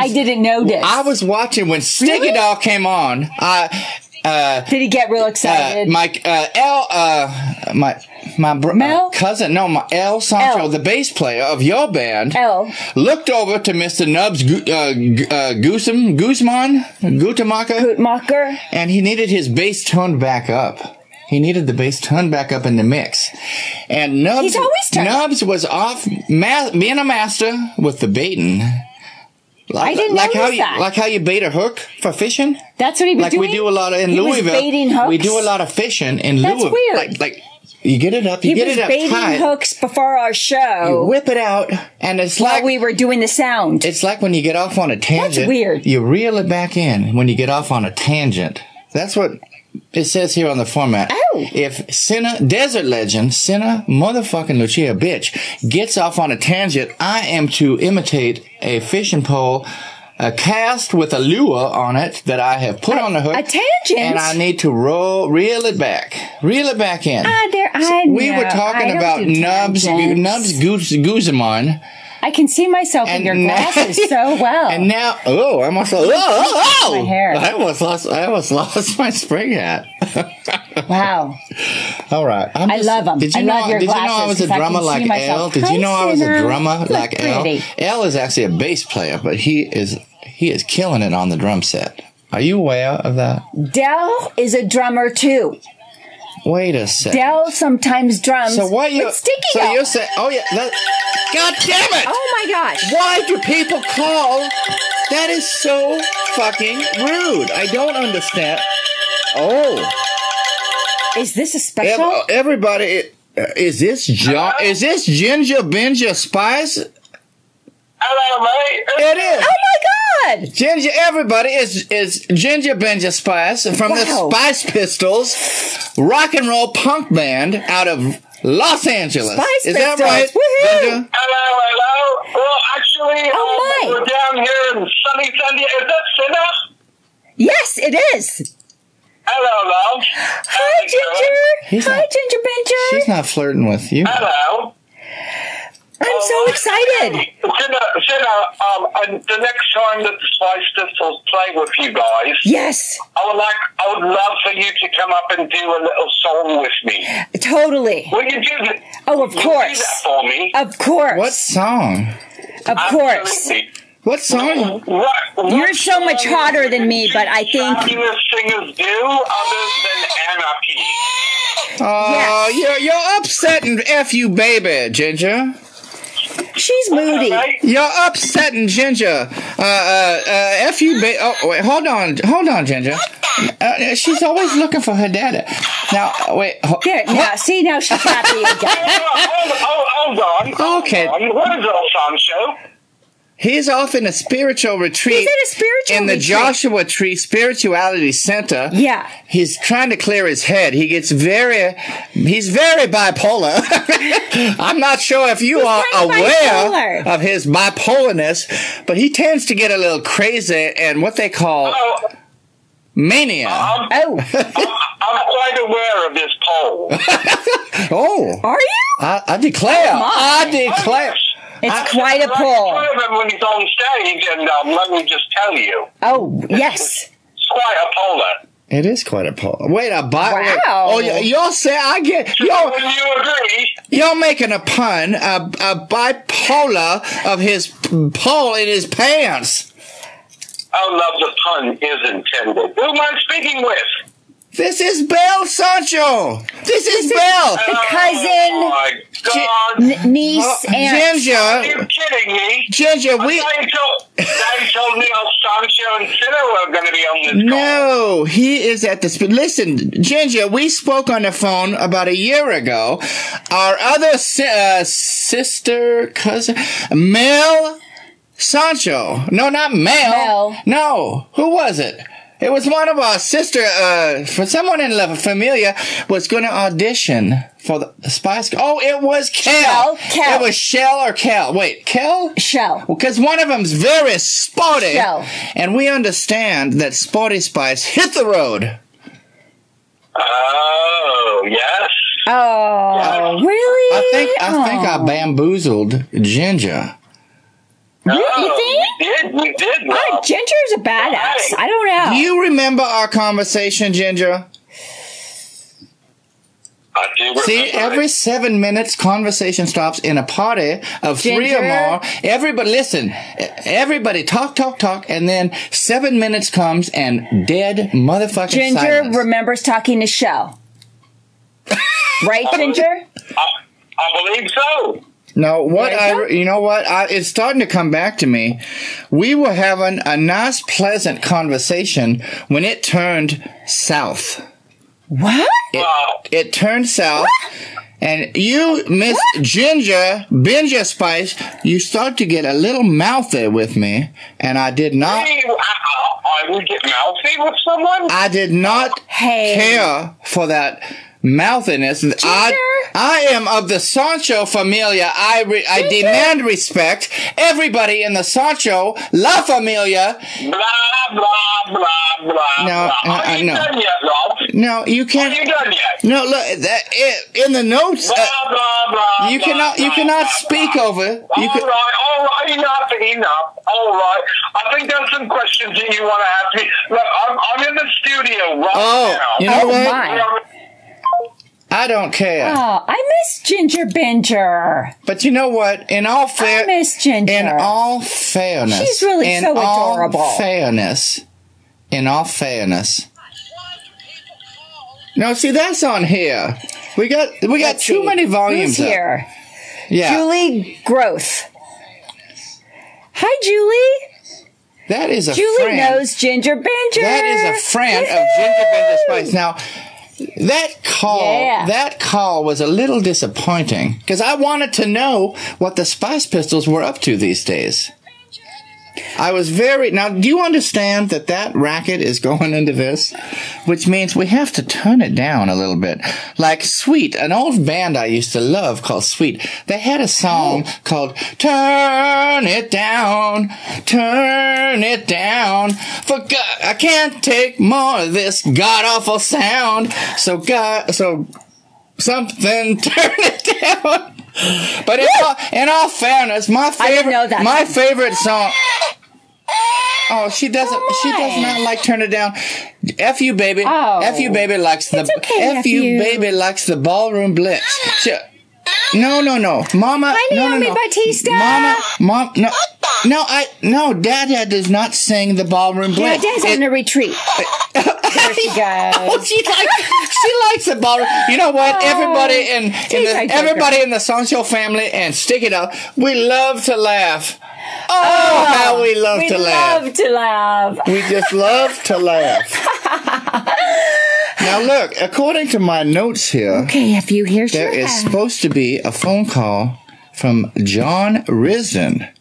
S2: I didn't notice.
S1: I was watching when Sticky
S2: Really?
S1: Doll came on. I
S2: Did he get real
S1: uh,
S2: excited?
S1: my uh, L uh, my my br-
S2: Mel?
S1: uh, cousin no my L Sancho
S2: L.
S1: the bass player of your band
S2: L.
S1: looked over to Mr. Nubs Gu- uh, Gu- uh, Guzman Guzman Gutamaka
S2: Guttmacher?
S1: and he needed his bass turned back up. He needed the bass turned back up in the mix, and Nubs
S2: He's always turned up.
S1: Nubs was off ma- being a master with the baiting. Like,
S2: I didn't
S1: like how
S2: notice
S1: you
S2: that.
S1: like how you bait a hook for fishing
S2: That's what he was
S1: like
S2: doing.
S1: we do a lot of in
S2: He was
S1: Louisville.
S2: baiting hooks?
S1: We do a lot of fishing in
S2: That's
S1: Louisville.
S2: weird.
S1: Like, like you get it up, you
S2: He
S1: get
S2: was
S1: it up
S2: baiting
S1: tight,
S2: hooks before our
S1: you
S2: show
S1: whip it out, and it's
S2: while
S1: like
S2: we were doing the sound.
S1: it's like when you get off on a tangent.
S2: weird.
S1: You reel it back in when you get off on a tangent. That's what it says here on the format.
S2: Oh.
S1: If Senna, desert legend, Senna motherfucking Lucia bitch, gets off on a tangent, I am to imitate a fishing pole, a cast with a lure on it that I have put on the hook.
S2: a tangent?
S1: And I need to roll, reel it back. Reel it back in.
S2: Ah, there, I
S1: we
S2: know.
S1: were
S2: I
S1: talking
S2: don't
S1: about
S2: do
S1: Nubs, Gu-
S2: tangents.
S1: Nubs Guz, Guzman.
S2: I can see myself in your glasses so well.
S1: And now, oh, I almost lost. Oh, oh,
S2: My hair.
S1: I almost lost. I almost lost my spring hat.
S2: wow.
S1: All right, I'm
S2: I love 'em.
S1: Did you
S2: I
S1: know?
S2: love your
S1: did you know I
S2: glasses
S1: was a
S2: 'cause I can
S1: drummer
S2: see
S1: like
S2: myself.
S1: L? Did
S2: Hi,
S1: you know I was a
S2: Sinner.
S1: drummer
S2: Look
S1: like L?
S2: pretty.
S1: L is actually a bass player, but he is he is killing it on the drum set. Are you aware of that?
S2: Dell is a drummer too.
S1: Wait a sec.
S2: Dell sometimes drums.
S1: so what you?
S2: with Sticky
S1: so
S2: Doll.
S1: you're saying? Oh yeah. That, God damn it!
S2: Oh my gosh.
S1: Why do people call? That is so fucking rude. I don't understand. Oh,
S2: Is this a
S1: ev- uh,
S2: special?
S1: everybody, i- is this jo-
S2: Uh-huh.
S1: is this ginger ginger spice? It
S4: Hello, mate.
S1: is
S2: oh my god.
S1: ginger. Everybody is is ginger ginger spice from the
S2: Wow.
S1: Spice Pistols, rock and roll punk band out of Los Angeles.
S2: Spice
S1: is that
S2: Pistols,
S1: right?
S2: woohoo!
S1: Ginger?
S4: Hello, hello. Well, actually,
S2: Oh,
S4: um,
S2: Mike.
S4: we're down here in sunny San Diego. Is that Cinna?
S2: Yes, it is.
S4: Hello, love.
S2: Hi, Ginger.
S1: He's
S2: Hi,
S1: not-
S2: Ginger Binger.
S1: She's not flirting with you.
S2: Uh,
S4: Hello.
S2: I'm
S4: Oh,
S2: so excited.
S4: Cinna, Cinna um, and the next time that the Spice Pistols play with you guys,
S2: Yes,
S4: I would like, I would love for you to come up and do a little song with me.
S2: totally.
S4: Will you do that?
S2: Oh, of
S4: will you do that
S2: course.
S4: for me?
S2: Of course.
S1: What song?
S2: Of course.
S4: Absolutely.
S1: What song?
S4: What, what
S2: You're so much hotter than me, but I think-
S4: Fabulous singers do other than anarchy.
S1: Oh,
S2: Yes.
S1: you're you're upsetting f you, baby, Ginger.
S2: She's moody.
S4: Right?
S1: You're upsetting Ginger. Uh, uh, uh, f you, ba- oh wait, hold on, hold on, Ginger. Uh, she's always looking for her daddy. Now wait, ho-
S2: There, now, see, now she's happy again.
S4: hold, hold, hold on.
S1: Okay.
S4: Hold on. What is it, Sancho?
S1: he's off in a spiritual retreat.
S2: He's at a spiritual
S1: in the
S2: retreat.
S1: Joshua Tree Spirituality Center.
S2: Yeah.
S1: He's trying to clear his head. He gets very, he's very bipolar. I'm not sure if you are
S2: kind of
S1: aware
S2: bipolar?
S1: of his bipolarness, but he tends to get a little crazy and what they call
S4: Oh,
S1: mania.
S4: I'm,
S2: Oh,
S4: I'm quite aware of this poll.
S1: Oh,
S2: are you?
S1: I, I declare,
S2: Oh, my.
S1: I declare.
S2: It's
S1: I-
S2: quite a pull.
S4: Like, when he's on stage, and um, let me just tell you,
S2: Oh, yes.
S4: it's quite a polar.
S1: It is quite a poll. Wait, a bi- wait.
S2: Wow.
S1: Oh, y- y'all say I get
S4: Yo.
S1: y'all.
S4: Would you agree?
S1: You're making a pun, a, a bipolar of his p- pole in his pants.
S4: Oh, love, the pun is intended. Who am I speaking with?
S1: This is Belle Sancho. This is Belle.
S2: The cousin,
S4: Oh, my God.
S2: n- niece, aunt.
S4: Are you
S1: Ginger,
S4: kidding me?
S1: Ginger, we.
S4: They told, they told me El Sancho and Sinner were going to be on this call.
S1: No, he is at the. Sp- Listen, Ginger, we spoke on the phone about a year ago. Our other si- uh, sister, cousin, Mel Sancho. No, not Mel.
S2: Mel.
S1: No, who was it? It was one of our sister, uh, for someone in La Familia was going to audition for the Spice. Oh, it was Kel.
S2: Kel, Kel.
S1: It was Shell or Kel. Wait, Kel?
S2: Shell.
S1: Because one of them's very sporty.
S2: Shell.
S1: And we understand that Sporty Spice hit the road.
S4: Oh, yes.
S2: Oh, really?
S1: I think I think
S2: Oh.
S1: I bamboozled Ginger.
S4: oh,
S2: think?
S4: We did. We did.
S2: Ah,
S4: Rob.
S2: Ginger is a badass. I don't know.
S1: Do you remember our conversation, Ginger?
S4: I do remember
S1: See,
S4: it.
S1: every seven minutes, conversation stops in a party of three or
S2: Ginger.
S1: more. Everybody, listen, everybody talk, talk, talk, and then seven minutes comes and dead motherfucking
S2: Ginger
S1: silence.
S2: remembers talking to Shell. right, Ginger?
S4: I, I believe so.
S1: No, what I,
S2: Erica?
S1: you know what, I, it's starting to come back to me. We were having a nice, pleasant conversation when it turned south.
S2: What?
S4: Wow.
S1: It turned south. And you, Miss Ginger, Ginger Spice, you start to get a little mouthy with me, and I did not.
S4: Hey, I, I, I would get mouthy with someone.
S1: I did not
S2: Hey.
S1: care for that mouthiness. I, I am of the Sancho familia. I re, I demand respect. Everybody in the Sancho La Familia.
S4: blah blah blah blah.
S1: No,
S4: blah.
S1: uh,
S4: Are
S1: uh,
S4: you
S1: no.
S4: done yet, Rob?
S1: No, you
S4: Are you
S1: can't.
S4: done yet?
S1: No, look that, it, in the notes.
S4: Blah
S1: Uh,
S4: blah blah.
S1: you
S4: blah,
S1: cannot. You
S4: blah,
S1: cannot
S4: blah,
S1: speak
S4: blah.
S1: over. You
S4: all
S1: could.
S4: right, all right, enough, enough. All right. I think there's some questions that you want to ask me. Look, I'm, I'm in the studio right
S1: Oh,
S4: now.
S1: you know
S2: Oh,
S1: what?
S2: my.
S1: I don't care.
S2: Oh, I miss Ginger Binger.
S1: But you know what? In all fair,
S2: I miss Ginger.
S1: in all fairness,
S2: She's really
S1: in
S2: so
S1: all
S2: adorable.
S1: Fairness, in all fairness. No, see that's on here. We got we got
S2: Let's
S1: too
S2: see.
S1: many volumes
S2: Who's
S1: up.
S2: here?
S1: Yeah,
S2: Julie Growth. Hi, Julie.
S1: that is a
S2: Julie
S1: friend.
S2: knows Ginger Binger.
S1: That is a friend of Ginger Bender Spice. Now, that call,
S2: Yeah.
S1: that call was a little disappointing because I wanted to know what the Spice Pistols were up to these days. I was very now. Do you understand that that racket is going into this, which means we have to turn it down a little bit. Like Sweet, an old band I used to love called Sweet. They had a song called "Turn It Down, Turn It Down." For God, I can't take more of this god awful sound. So God, so something turn it down. But in all, in all fairness, my favorite
S2: didn't know that.
S1: my favorite song. Oh, she doesn't. She does
S2: on.
S1: not like turn it down. F you, baby.
S2: Oh.
S1: F you, baby likes the.
S2: okay,
S1: F
S2: F
S1: you,
S2: you.
S1: baby likes the ballroom blitz. She- no, no, no, Mama. no, no,
S2: Naomi
S1: no.
S2: Batista.
S1: Mama, mom, no, no, I, no, Dad, does not sing the ballroom
S2: My
S1: blitz.
S2: dad's
S1: It-
S2: on a retreat. There she
S1: Oh,
S2: goes.
S1: she likes she likes the ballroom. You know what? Everybody in, in
S2: Oh. She's my
S1: the
S2: joker.
S1: everybody in the Sancho family and stick it up. We love to laugh. Oh, how we love
S2: We
S1: to laugh.
S2: love to laugh.
S1: We just love to laugh. now look, according to my notes here,
S2: Okay, if you hear
S1: there is supposed to be a phone call from John Risden.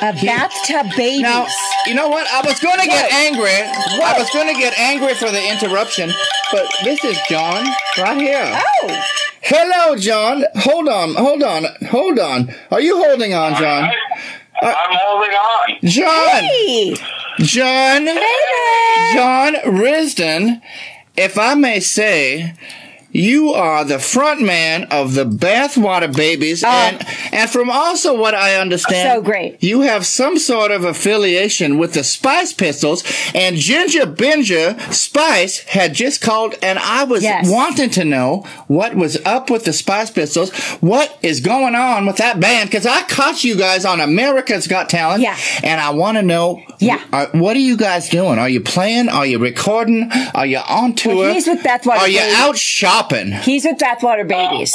S2: a bathtub babies.
S1: Now, you know what? I was going to get angry. I was going to get angry for the interruption, but this is John right here.
S2: oh,
S1: Hello, John. Hold on, hold on, hold on. Are you holding on, John? Uh,
S4: I'm holding on.
S1: John,
S2: hey,
S1: John,
S2: baby.
S1: John Risden. If I may say, you are the front man of the Bathwater Babies, and and from also what I understand,
S2: Oh. So great.
S1: You have some sort of affiliation with the Spice Pistols, and Ginger Binger Spice had just called, and I was
S2: Yes.
S1: wanting to know what was up with the Spice Pistols, what is going on with that band, because I caught you guys on America's Got Talent,
S2: Yeah.
S1: and I want to know,
S2: Yeah.
S1: are- what are you guys doing? Are you playing? Are you recording? Are you on tour?
S2: he's with Bathwater
S1: Are you
S2: Babies.
S1: out shopping?
S2: He's with Bathwater Babies.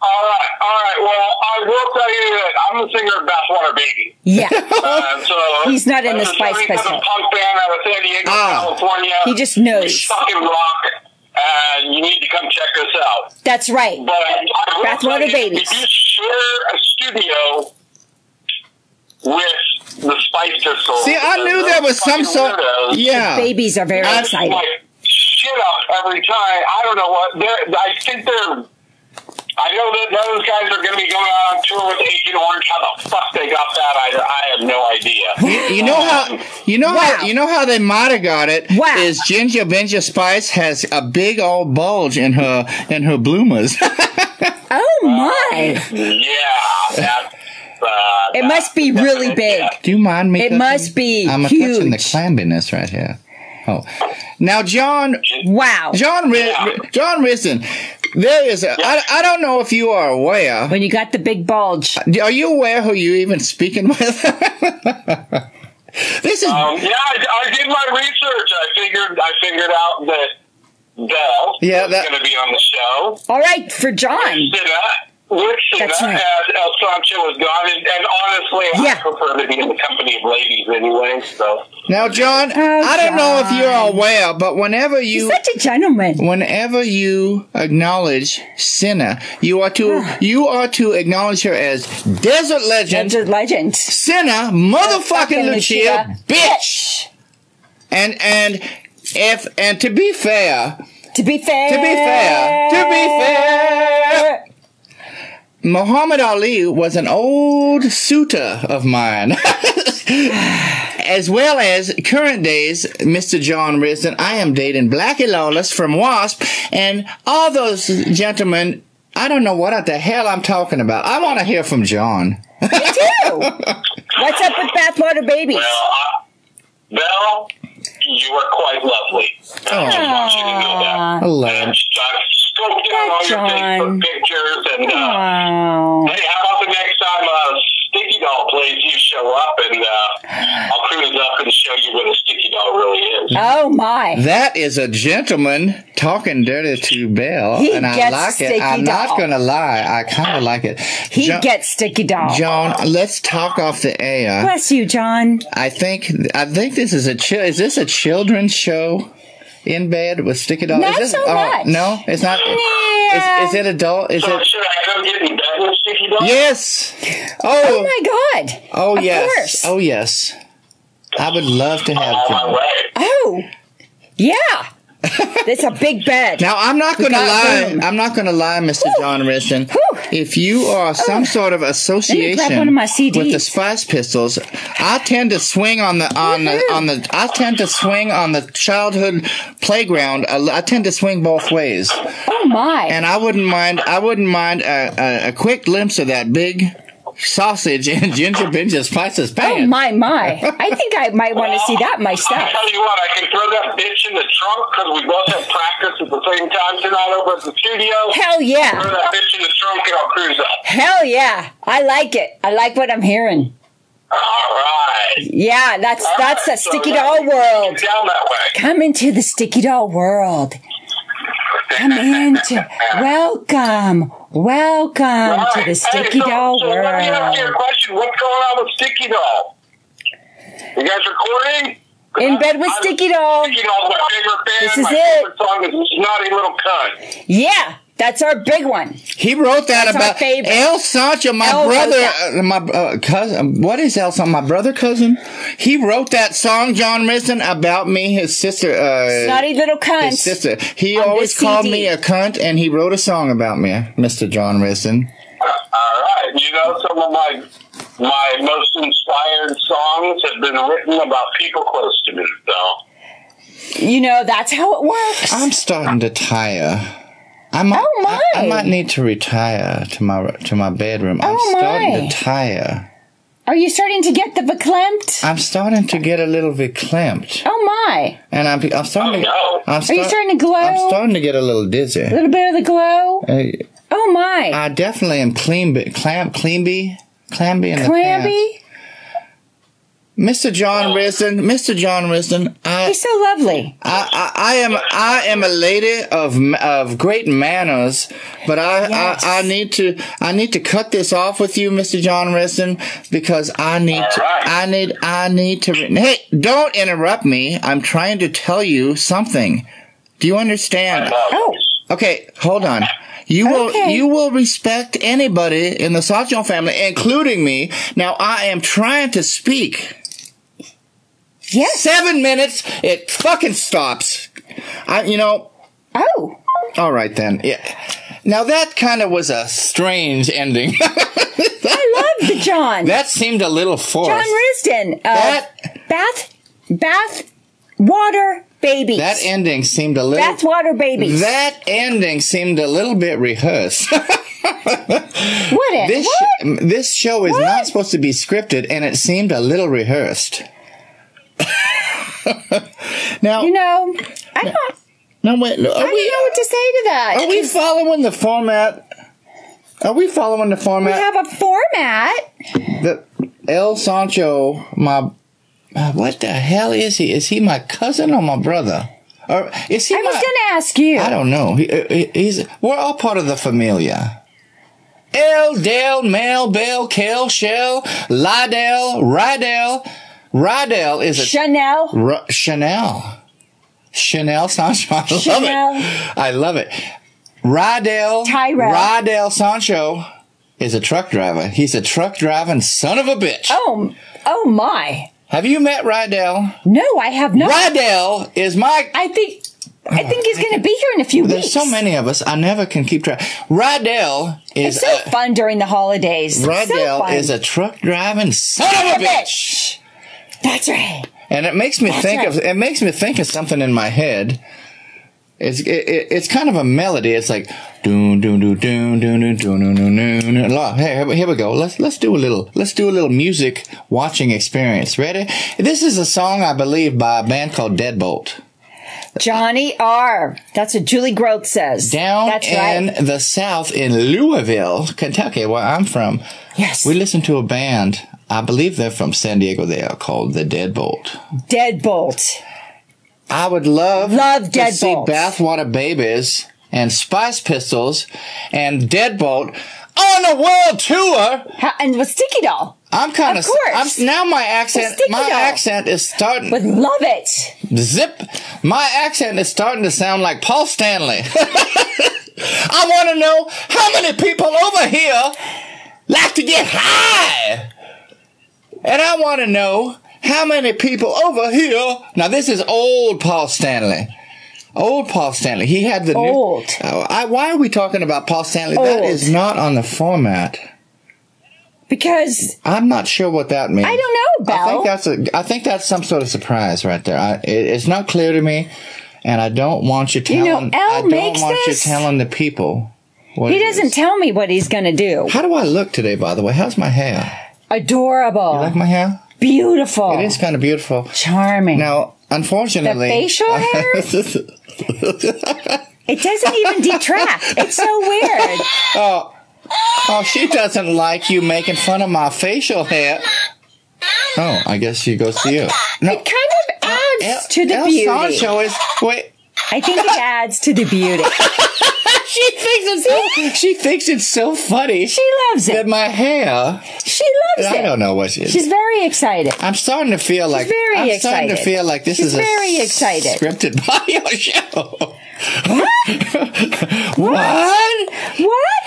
S4: All right, all right. Well, I will tell you that I'm the singer of Bathwater Baby.
S2: Yeah.
S4: Uh, so
S2: He's not in the
S4: I'm a
S2: Spice
S4: singer of
S2: Pistol.
S4: a punk band out of San Diego,
S1: Ah.
S4: California.
S2: He just knows.
S4: We fucking rock, and you need to come check us out.
S2: That's right.
S4: But I, I will
S2: Bathwater
S4: tell you,
S2: Babies.
S4: If you share a studio with the Spice life disorder.
S1: See, I knew
S4: They're
S1: there was some
S4: fucking
S1: sort.
S4: weirdos.
S1: Yeah.
S2: Babies are very
S1: I-
S2: excited.
S4: Like, shit up every time. I don't know what they're. I think they're. I know that those guys are going to be going out on tour with Agent Orange. How the fuck they got that? I, I have no idea.
S1: You know how you know
S2: Wow.
S1: how you know how they might have got it is
S2: Wow.
S1: Ginger Ginger Spice has a big old bulge in her in her bloomers.
S2: Oh my!
S4: yeah, that's. Uh,
S2: It must be really big.
S1: Do you mind me?
S2: It
S1: touching?
S2: must be
S1: I'm touching the
S2: huge.
S1: clambiness right here. Oh, now John
S2: Wow.
S1: John Ri- John Risen, there is a. I, I don't know if you are aware.
S2: When you got the big bulge,
S1: Are you aware who you even speaking with? this is
S4: Um, yeah, I, I did my research. I figured. I figured out that Bell
S1: Yeah,
S4: was
S1: that-
S4: going to be on the show.
S2: all right for John.
S4: Sinna, with Sinna,
S2: That's right.
S4: as El Sancho was gone, and, and honestly,
S2: Yeah.
S4: I prefer to be in the company of ladies anyway. So.
S1: now, John.
S2: Oh,
S1: I don't know if
S2: John.
S1: you're aware, but whenever
S2: He's
S1: you
S2: such a gentleman.
S1: whenever you acknowledge Senna, you are to you are to acknowledge her as desert legend
S2: That's a legend.
S1: Senna, motherfucking
S2: Fucking
S1: Lucia,
S2: Lucia,
S1: bitch. And and if and to be fair,
S2: To be fair.
S1: to be fair, to be fair, Muhammad Ali was an old suitor of mine. As well as current days, Mr. John Risden, I am dating Blackie Lawless from Wasp, and all those gentlemen. I don't know what the hell I'm talking about. I want to hear from John.
S2: Me too. What's up with bathwater babies?
S4: Well, I, Belle, you are quite lovely. I just want you to know that.
S1: I love
S4: And
S1: it.
S4: I scoped out all your
S2: John.
S4: Facebook pictures, and uh,
S2: Wow.
S4: hey, how about the next time uh, Sticky Doll plays, you show up, and uh, I'll cruise up and show you what a Sticky Doll really is.
S2: Oh my.
S1: That is a gentleman talking dirty to Belle,
S2: He
S1: and I
S2: gets
S1: like it.
S2: sticky
S1: I'm not
S2: doll.
S1: gonna lie, I kind of like it.
S2: He
S1: Jo-
S2: gets sticky doll.
S1: Joan, let's talk off the air.
S2: Bless you, John.
S1: I think I think this is a chi- is this a children's show? In bed with sticky doll.
S2: Not
S1: is this,
S2: so
S1: oh,
S2: much.
S1: No, it's not.
S2: Yeah.
S1: Is, is it adult? Is
S4: So
S1: it?
S4: should I come get in bed with Sticky Doll?
S1: Yes.
S2: Oh
S1: Oh.
S2: my God.
S1: Oh
S2: Of
S1: yes.
S2: course.
S1: Oh yes. I would love to have
S4: On my
S1: John.
S4: way.
S2: Oh, yeah. It's a big bed.
S1: Now I'm not going to
S2: got
S1: lie.
S2: room.
S1: I'm not going to lie, Mr. John Risden.
S2: Whew. Oh.
S1: If you are some sort of association
S2: one of my
S1: with the
S2: CDs.
S1: Spice Pistols, I tend to swing on the on the on the. I tend to swing on the childhood playground. a l- I tend to swing both ways,
S2: oh my.
S1: and I wouldn't mind. I wouldn't mind a, a, a quick glimpse of that big sausage and ginger ginger spices
S2: oh
S1: pan.
S2: my my. I think I might want to see that
S4: I
S2: myself.
S4: tell you what, I can throw that bitch in the trunk because we both have practice at the same time tonight over at the studio.
S2: Hell
S4: Throw
S2: yeah.
S4: that bitch in the trunk and I'll cruise up.
S2: Hell yeah. I like it. I like what I'm hearing.
S4: All right.
S2: Yeah, that's
S4: All
S2: that's
S4: right,
S2: the
S4: so
S2: sticky
S4: that-
S2: doll world.
S4: Down that way.
S2: Come into the sticky doll world. Come into welcome. Welcome to the sticky
S4: hey, so,
S2: doll
S4: so Let me ask you a
S2: world.
S4: question. What's going on with Sticky Doll? You guys recording?
S2: In bed with
S4: I'm-
S2: sticky doll.
S4: Sticky Doll's my favorite band.
S2: This is
S4: my
S2: it.
S4: favorite song is Snotty Little Cunt.
S2: Yeah, that's our big one.
S1: He wrote that
S2: That's our
S1: about
S2: favorite.
S1: El Sancho, my
S2: El
S1: brother,
S2: Sancho.
S1: uh, my uh, cousin. What is El Sancho? My brother cousin. He wrote that song, John Risden, about me, his sister. Uh,
S2: Snotty little cunt.
S1: his sister. He
S2: on
S1: always
S2: this
S1: called
S2: CD.
S1: me a cunt, and he wrote a song about me, Mr. John Risden.
S4: All right. You know, some of my my most inspired songs have been written about people close to me, so.
S2: You know, that's how it works.
S1: I'm starting to tire. I might,
S2: Oh, my.
S1: I, I might need to retire to my to my bedroom. I'm
S2: Oh,
S1: starting
S2: my.
S1: to tire.
S2: Are you starting to get the verklempt?
S1: I'm starting to get a little bit clamped,
S2: Oh my.
S1: and I'm I'm starting. to,
S4: Oh, no.
S1: I'm
S2: Are you
S1: start-
S2: starting to glow?
S1: I'm
S2: A
S1: starting to get a little dizzy.
S2: little bit of the glow?
S1: Hey,
S2: Oh my.
S1: I definitely am clean, clam, clamby, clamby in the
S2: Clamby?
S1: pants. Mr. John Risden, Mr. John Risden, I,
S2: He's so lovely.
S1: I, I, I am, I am a lady of of great manners, but I,
S2: Yes.
S1: I, I need to, I need to cut this off with you, Mr. John Risden, because I need, to,
S4: All right.
S1: I need, I need to. re- Hey, don't interrupt me. I'm trying to tell you something. Do you understand?
S2: Oh.
S1: Okay, hold on. You will
S2: Okay.
S1: you will respect anybody in the Sajon family, including me. Now I am trying to speak.
S2: Yes.
S1: Seven minutes, it fucking stops. I, you know,
S2: Oh.
S1: all right then. Yeah. Now that kind of was a strange ending.
S2: I love the John.
S1: that seemed a little forced.
S2: John Risden. Uh,
S1: That-
S2: bath, bath, water babies.
S1: that ending seemed a little.
S2: bath water babies.
S1: That ending seemed a little bit rehearsed.
S2: what? It,
S1: this sh-
S2: what?
S1: this show is not supposed to be scripted, and it seemed a little rehearsed. now,
S2: you know, I don't,
S1: now wait, are
S2: I don't know
S1: we
S2: what to say to that.
S1: are we following the format? Are we following the
S2: We
S1: format?
S2: have a format.
S1: the El Sancho, my uh, what the hell is he? Is he my cousin or my brother? Or is he?
S2: I
S1: my,
S2: was going to ask you.
S1: I don't know. He, uh, he- he's we're all part of the familia. El Del Mel Bell Kel Shell Lydell Rydell Rydell is a
S2: Chanel.
S1: Ru- Chanel. Chanel Sancho. I love
S2: Chanel.
S1: it. I love it. Rydell
S2: Tyrell.
S1: Rydell Sancho is a truck driver. He's a truck driving son of a bitch.
S2: Oh, oh my.
S1: Have you met Rydell?
S2: No, I have not.
S1: Rydell is my
S2: I think I think he's going to be here in a few
S1: There's
S2: weeks.
S1: so many of us. I never can keep track. Rydell is
S2: It's so
S1: a,
S2: fun during the holidays. So
S1: uh, Rydell
S2: fun.
S1: is a truck driving son of a bitch.
S2: That's right.
S1: And it makes me think
S2: right.
S1: of it makes me think of something in my head. It's it, it, it's kind of a melody. It's like doon doon doon doon doon doon doon doon doon. doon, doon. Law. Hey, here we- here we go. Let's let's do a little let's do a little music watching experience. Ready? This is a song I believe by a band called Deadbolt.
S2: Johnny R. That's what Julie Groth says.
S1: Down
S2: That's
S1: in
S2: right.
S1: the South in Louisville, Kentucky, where I'm from.
S2: Yes.
S1: We listen to a band. I believe they're from San Diego. They are called the Deadbolt.
S2: Deadbolt.
S1: I would love
S2: Love
S1: to see
S2: Deadbolt.
S1: Bathwater Babies and Spice Pistols and Deadbolt on a world tour.
S2: How, and with Sticky Doll.
S1: I'm kind
S2: Of course.
S1: I'm, now my accent.
S2: sticky
S1: My
S2: doll.
S1: accent is starting.
S2: Would love it.
S1: zip. My accent is starting to sound like Paul Stanley. I want to know how many people over here like to get high. And I want to know how many people over here. Now, this is old Paul Stanley. Old Paul Stanley. He had the new-
S2: Old.
S1: Oh, I, why are we talking about Paul Stanley? That
S2: Old.
S1: is not on the format.
S2: Because
S1: I'm not sure what that means.
S2: I don't know,
S1: I think
S2: Belle.
S1: that's a. I think that's some sort of surprise right there. I, it, it's not clear to me, and I don't want you
S2: know,
S1: telling.
S2: Elle
S1: I don't
S2: makes
S1: want
S2: this.
S1: you telling the people. What
S2: he
S1: it is.
S2: doesn't tell me what he's going to do.
S1: How do I look today? By the way, how's my hair?
S2: Adorable.
S1: Like my hair?
S2: beautiful.
S1: It is kind of beautiful.
S2: charming.
S1: Now, unfortunately,
S2: The facial hair? It doesn't even detract. It's so weird.
S1: oh, she doesn't like you making fun of my facial hair. Oh, I guess she goes to you. No,
S2: It kind of adds to the
S1: Uh, El
S2: beauty.
S1: Sancho is wait.
S2: I think it adds to the beauty.
S1: She thinks it's so. She thinks it's so funny
S2: She loves
S1: that
S2: it.
S1: my hair.
S2: She loves it.
S1: I don't know what she is.
S2: She's very excited.
S1: I'm starting to feel like
S2: very
S1: I'm starting to
S2: excited.
S1: feel like this
S2: She's
S1: is a
S2: very excited.
S1: scripted bio show. what?
S2: What?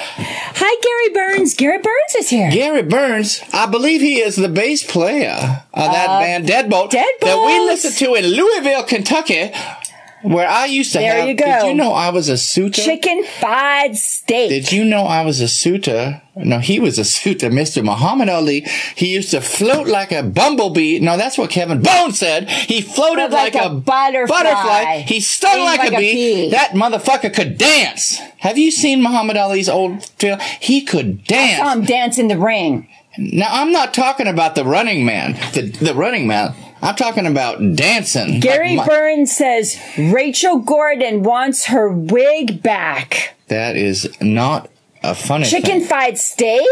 S2: Hi, Gary Burns. Gary Burns is here.
S1: Gary Burns, I believe he is the bass player of that band Deadbolt, that we
S2: Uh, Deadbolt.
S1: listen to in Louisville, Kentucky, where I used to
S2: There
S1: have.
S2: you go.
S1: Did you know I was a suitor?
S2: Chicken fried steak.
S1: Did you know I was a suitor? No, he was a suitor, Mr. Muhammad Ali. He used to float like a bumblebee. No, that's what Kevin Bone said. He floated
S2: Float like a butterfly.
S1: butterfly. He stung
S2: Sting
S1: like, a, bee. That motherfucker could dance. Have you seen Muhammad Ali's old film? He could dance.
S2: Saw him dance in the ring.
S1: now, I'm not talking about the running man. The, the running man. I'm talking about dancing.
S2: Gary
S1: Like my-
S2: Burns says Rachel Gordon wants her wig back.
S1: that is not a funny
S2: Chicken
S1: thing.
S2: fried steak?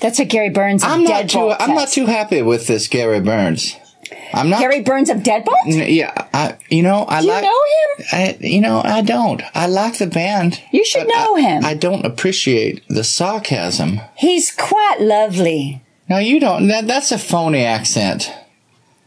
S2: That's what Gary Burns of
S1: I'm not
S2: Deadbolt
S1: too. I'm not
S2: says.
S1: too happy with this Gary Burns. I'm not.
S2: Gary Burns of Deadbolt?
S1: N- Yeah, I, you know, I
S2: Do you
S1: like.
S2: know him?
S1: I, you know, I don't. I like the band.
S2: You should
S1: but I-
S2: know him.
S1: I don't appreciate the sarcasm.
S2: He's quite lovely.
S1: Now you don't. That, that's a phony accent.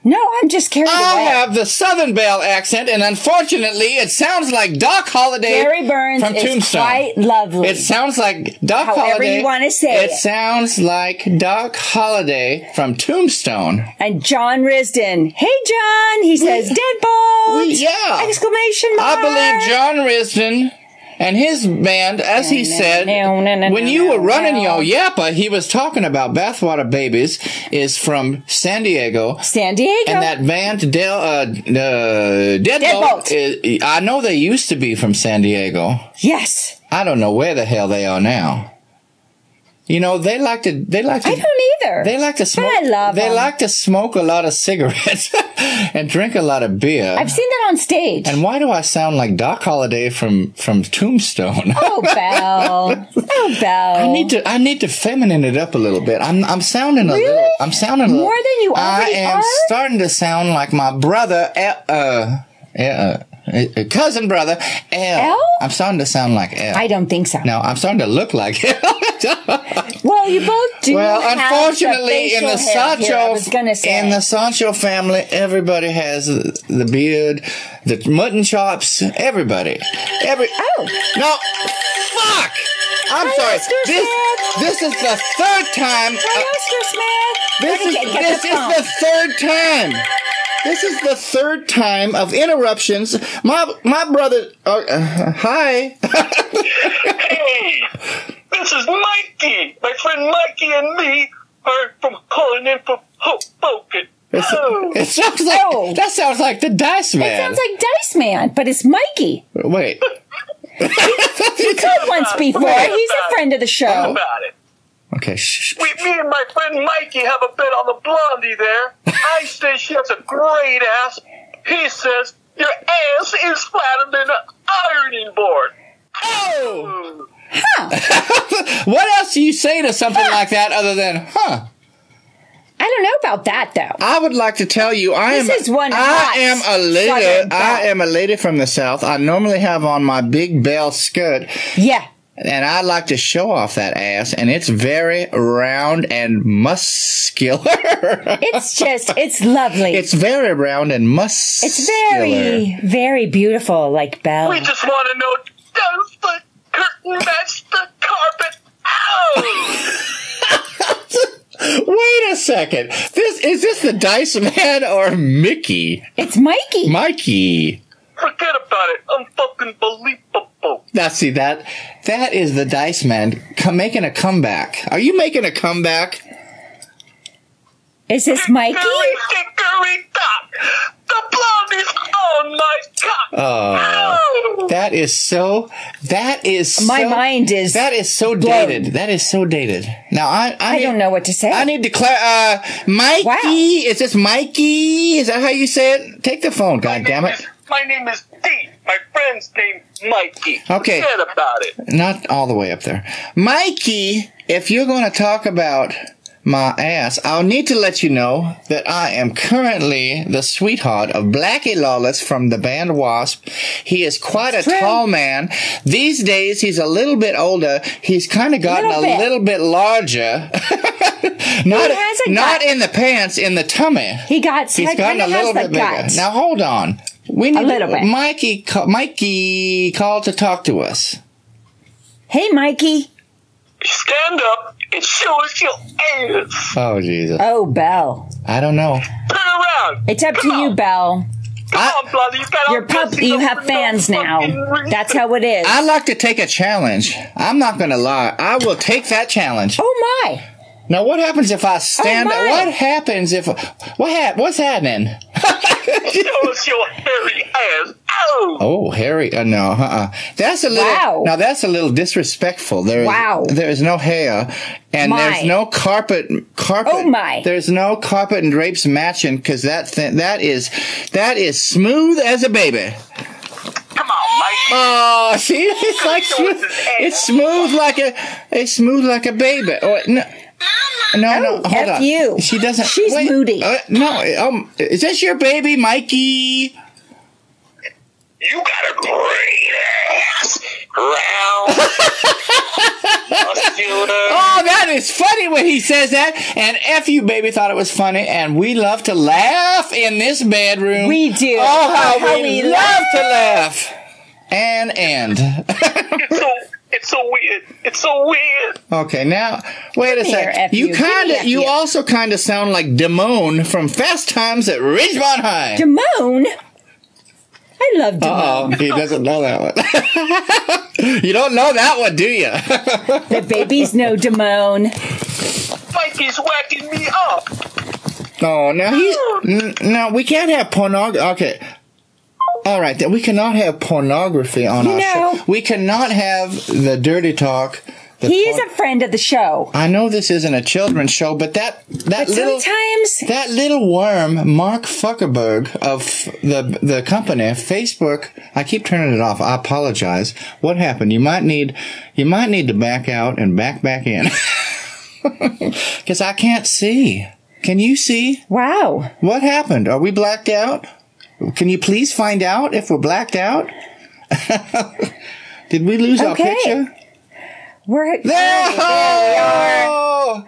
S2: No, I'm just carried
S1: I
S2: away.
S1: have the Southern Belle accent, and unfortunately, it sounds like Doc Holliday
S2: Barry Burns
S1: from
S2: is
S1: Tombstone.
S2: quite lovely.
S1: It sounds like Doc
S2: However
S1: Holliday.
S2: you wanna say
S1: it
S2: it.
S1: sounds like Doc Holliday from Tombstone.
S2: and John Risden. Hey, John. He says, "Deadbolt!"
S1: we- yeah.
S2: Exclamation mark.
S1: I believe John Risden and his band, as he
S2: No, no,
S1: said,
S2: no, no, no,
S1: when
S2: no,
S1: you
S2: no,
S1: were running
S2: no.
S1: your yappa, he was talking about Bathwater Babies is from San Diego.
S2: San Diego.
S1: And that band, Del, uh, uh, Deadbolt,
S2: Deadbolt.
S1: is, I know they used to be from San Diego.
S2: yes.
S1: I don't know where the hell they are now. You know, they like to, they like to,
S2: I don't either.
S1: they like to smoke,
S2: I love
S1: they
S2: 'em.
S1: like to smoke a lot of cigarettes and drink a lot of beer.
S2: I've seen that on stage.
S1: And why do I sound like Doc Holliday from from Tombstone?
S2: oh, Belle. Oh, Belle.
S1: I need to I need to feminine it up a little bit. I'm I'm sounding a little
S2: Really?
S1: I'm sounding a little,
S2: More than you
S1: I
S2: already
S1: am
S2: are?
S1: starting to sound like my brother El, uh, uh, uh, cousin brother L.
S2: El?
S1: am starting to sound like L.
S2: I don't think so.
S1: no, I'm starting to look like L.
S2: Well, you both do.
S1: well,
S2: have
S1: unfortunately,
S2: the
S1: in the
S2: facial hair here, I was
S1: Sancho
S2: gonna say.
S1: in the Sancho family, everybody has the beard, the mutton chops. Everybody, every
S2: oh,
S1: No, fuck! I'm
S2: Hi,
S1: sorry.
S2: Oscar
S1: This this
S2: Smith.
S1: is the third time.
S2: hi,
S1: uh, this
S2: Oscar Smith. Gotta
S1: is
S2: get- get
S1: this
S2: the
S1: is
S2: phone.
S1: the third time. This is the third time of interruptions. My my brother. Uh, uh, hi.
S4: Hey, this is Mikey. My friend Mikey and me are from calling in from Hoboken.
S1: It's-
S4: Oh.
S1: it sounds like
S2: Oh.
S1: that sounds like the Dice Man.
S2: It sounds like Dice Man, but it's Mikey.
S1: Wait.
S2: Could once before. He's a friend of the
S4: Think
S2: show.
S1: Oh.
S4: about it.
S1: Okay. Shh. shh,
S4: We, me and my friend Mikey have a bet on the blondie there. I say she has a great ass. He says your ass is flatter than an ironing board.
S1: Oh. what else do you say to something like that other than huh?
S2: I don't know about that though.
S1: I would like to tell you, I am.
S2: This is one
S1: I
S2: hot
S1: am a
S2: Southern
S1: lady.
S2: belle.
S1: I am a lady from the south. I normally have on my big bell skirt,
S2: Yeah.
S1: and I like to show off that ass, and it's very round and muscular.
S2: It's just it's lovely.
S1: it's very round and muscular.
S2: It's very, very beautiful, like Belle.
S4: We just want to know does the curtain match the carpet? Oh! Ow!
S1: Wait a second. This is this the Dice Man or Mickey?
S2: It's Mikey.
S1: Mikey.
S4: Forget about it. I'm fucking believable.
S1: Now see that that is the Dice Man co- making a comeback. Are you making a comeback?
S2: Is this Mikey?
S4: Dickory dickory dock. The blondie's on my cock.
S2: Oh.
S1: Uh.
S4: Oh. Ow!
S1: That is so. That is
S2: My
S1: so-
S2: mind is.
S1: That is so
S2: blown.
S1: dated. That is so dated. Now I I,
S2: I
S1: need-
S2: don't know what to say.
S1: I need to clar Uh, Mikey,
S2: Wow.
S1: is this Mikey? Is that how you say it? Take the phone. God damn it!
S4: My name is D. My friend's name Mikey.
S1: Okay.
S4: Forget about it.
S1: Not all the way up there, Mikey. If you're going to talk about my ass, I'll need to let you know that I am currently the sweetheart of Blackie Lawless from the band Wasp. He is quite a
S2: true.
S1: tall man. These days, he's a little bit older. He's kind of gotten
S2: Little
S1: a
S2: bit.
S1: little bit larger. not
S2: has a
S1: not
S2: gut.
S1: in the pants, in the tummy.
S2: he got.
S1: He's
S2: he
S1: gotten
S2: kinda
S1: a little
S2: has
S1: bit
S2: the
S1: bigger.
S2: guts.
S1: Now hold on. We need
S2: little
S1: to,
S2: bit.
S1: Mikey. Call, Mikey called to talk to us.
S2: Hey, Mikey.
S4: Stand up and show us your ass.
S1: Oh Jesus!
S2: Oh, Belle.
S1: I don't know.
S4: Turn around.
S2: It's up to you, Belle.
S4: Come on, bloody. You better
S2: Your pup. You have fans now. That's how it is.
S1: I like to take a challenge. I'm not gonna lie. I will take that challenge.
S2: Oh my!
S1: Now, what happens if I stand?
S2: Oh, my.
S1: what happens if? What hap- What's happening?
S4: Show us your hairy ass. Ow!
S1: Oh, Harry. Uh, no, uh-uh. That's a little.
S2: Wow.
S1: Now that's a little disrespectful. There.
S2: Wow.
S1: There is no hair, and
S2: My.
S1: there's no carpet. Carpet.
S2: Oh, my.
S1: There's no carpet and drapes matching because that thing that is that is smooth as a baby.
S4: Come on, Mikey.
S1: Oh, see, it's like smooth. It's smooth like a. It's smooth like a baby. Oh, no. No, no,
S2: Oh,
S1: hold
S2: F
S1: on.
S2: you.
S1: She doesn't.
S2: She's moody.
S1: uh, no, um, is this your baby, Mikey?
S4: You got a great ass. Round. muscular.
S1: Oh, that is funny when he says that. And F you, baby, thought it was funny. And we love to laugh in this bedroom.
S2: We do.
S1: Oh, how,
S2: Oh, how
S1: we,
S2: we
S1: love to laugh. And end.
S4: It's so, it's so weird. It's so weird.
S1: okay, now wait a
S2: here,
S1: sec.
S2: F
S1: You
S2: you. Give me
S1: kind of,
S2: F
S1: you
S2: you.
S1: also kind of sound like Damone from Fast Times at Ridgemont High.
S2: Damone? I love
S1: Oh,
S2: Damone.
S1: he doesn't know that one. you don't know that one, do you?
S2: The babies know Damone.
S4: Mikey's whacking me up.
S1: Oh, now he's n- now we can't have pornography. Okay, all right, then we cannot have pornography on our
S2: No.
S1: show. We cannot have the dirty talk. The
S2: He is
S1: por-
S2: a friend of the show.
S1: I know this isn't a children's show, but that that little
S2: Sometimes
S1: that little worm, Mark Fuckerberg of the the company Facebook. I keep turning it off. I apologize. What happened? You might need you might need to back out and back back in because I can't see. Can you see?
S2: Wow.
S1: What happened? Are we blacked out? Can you please find out if we're blacked out? Did we lose our
S2: Okay.
S1: picture?
S2: We're
S1: Oh!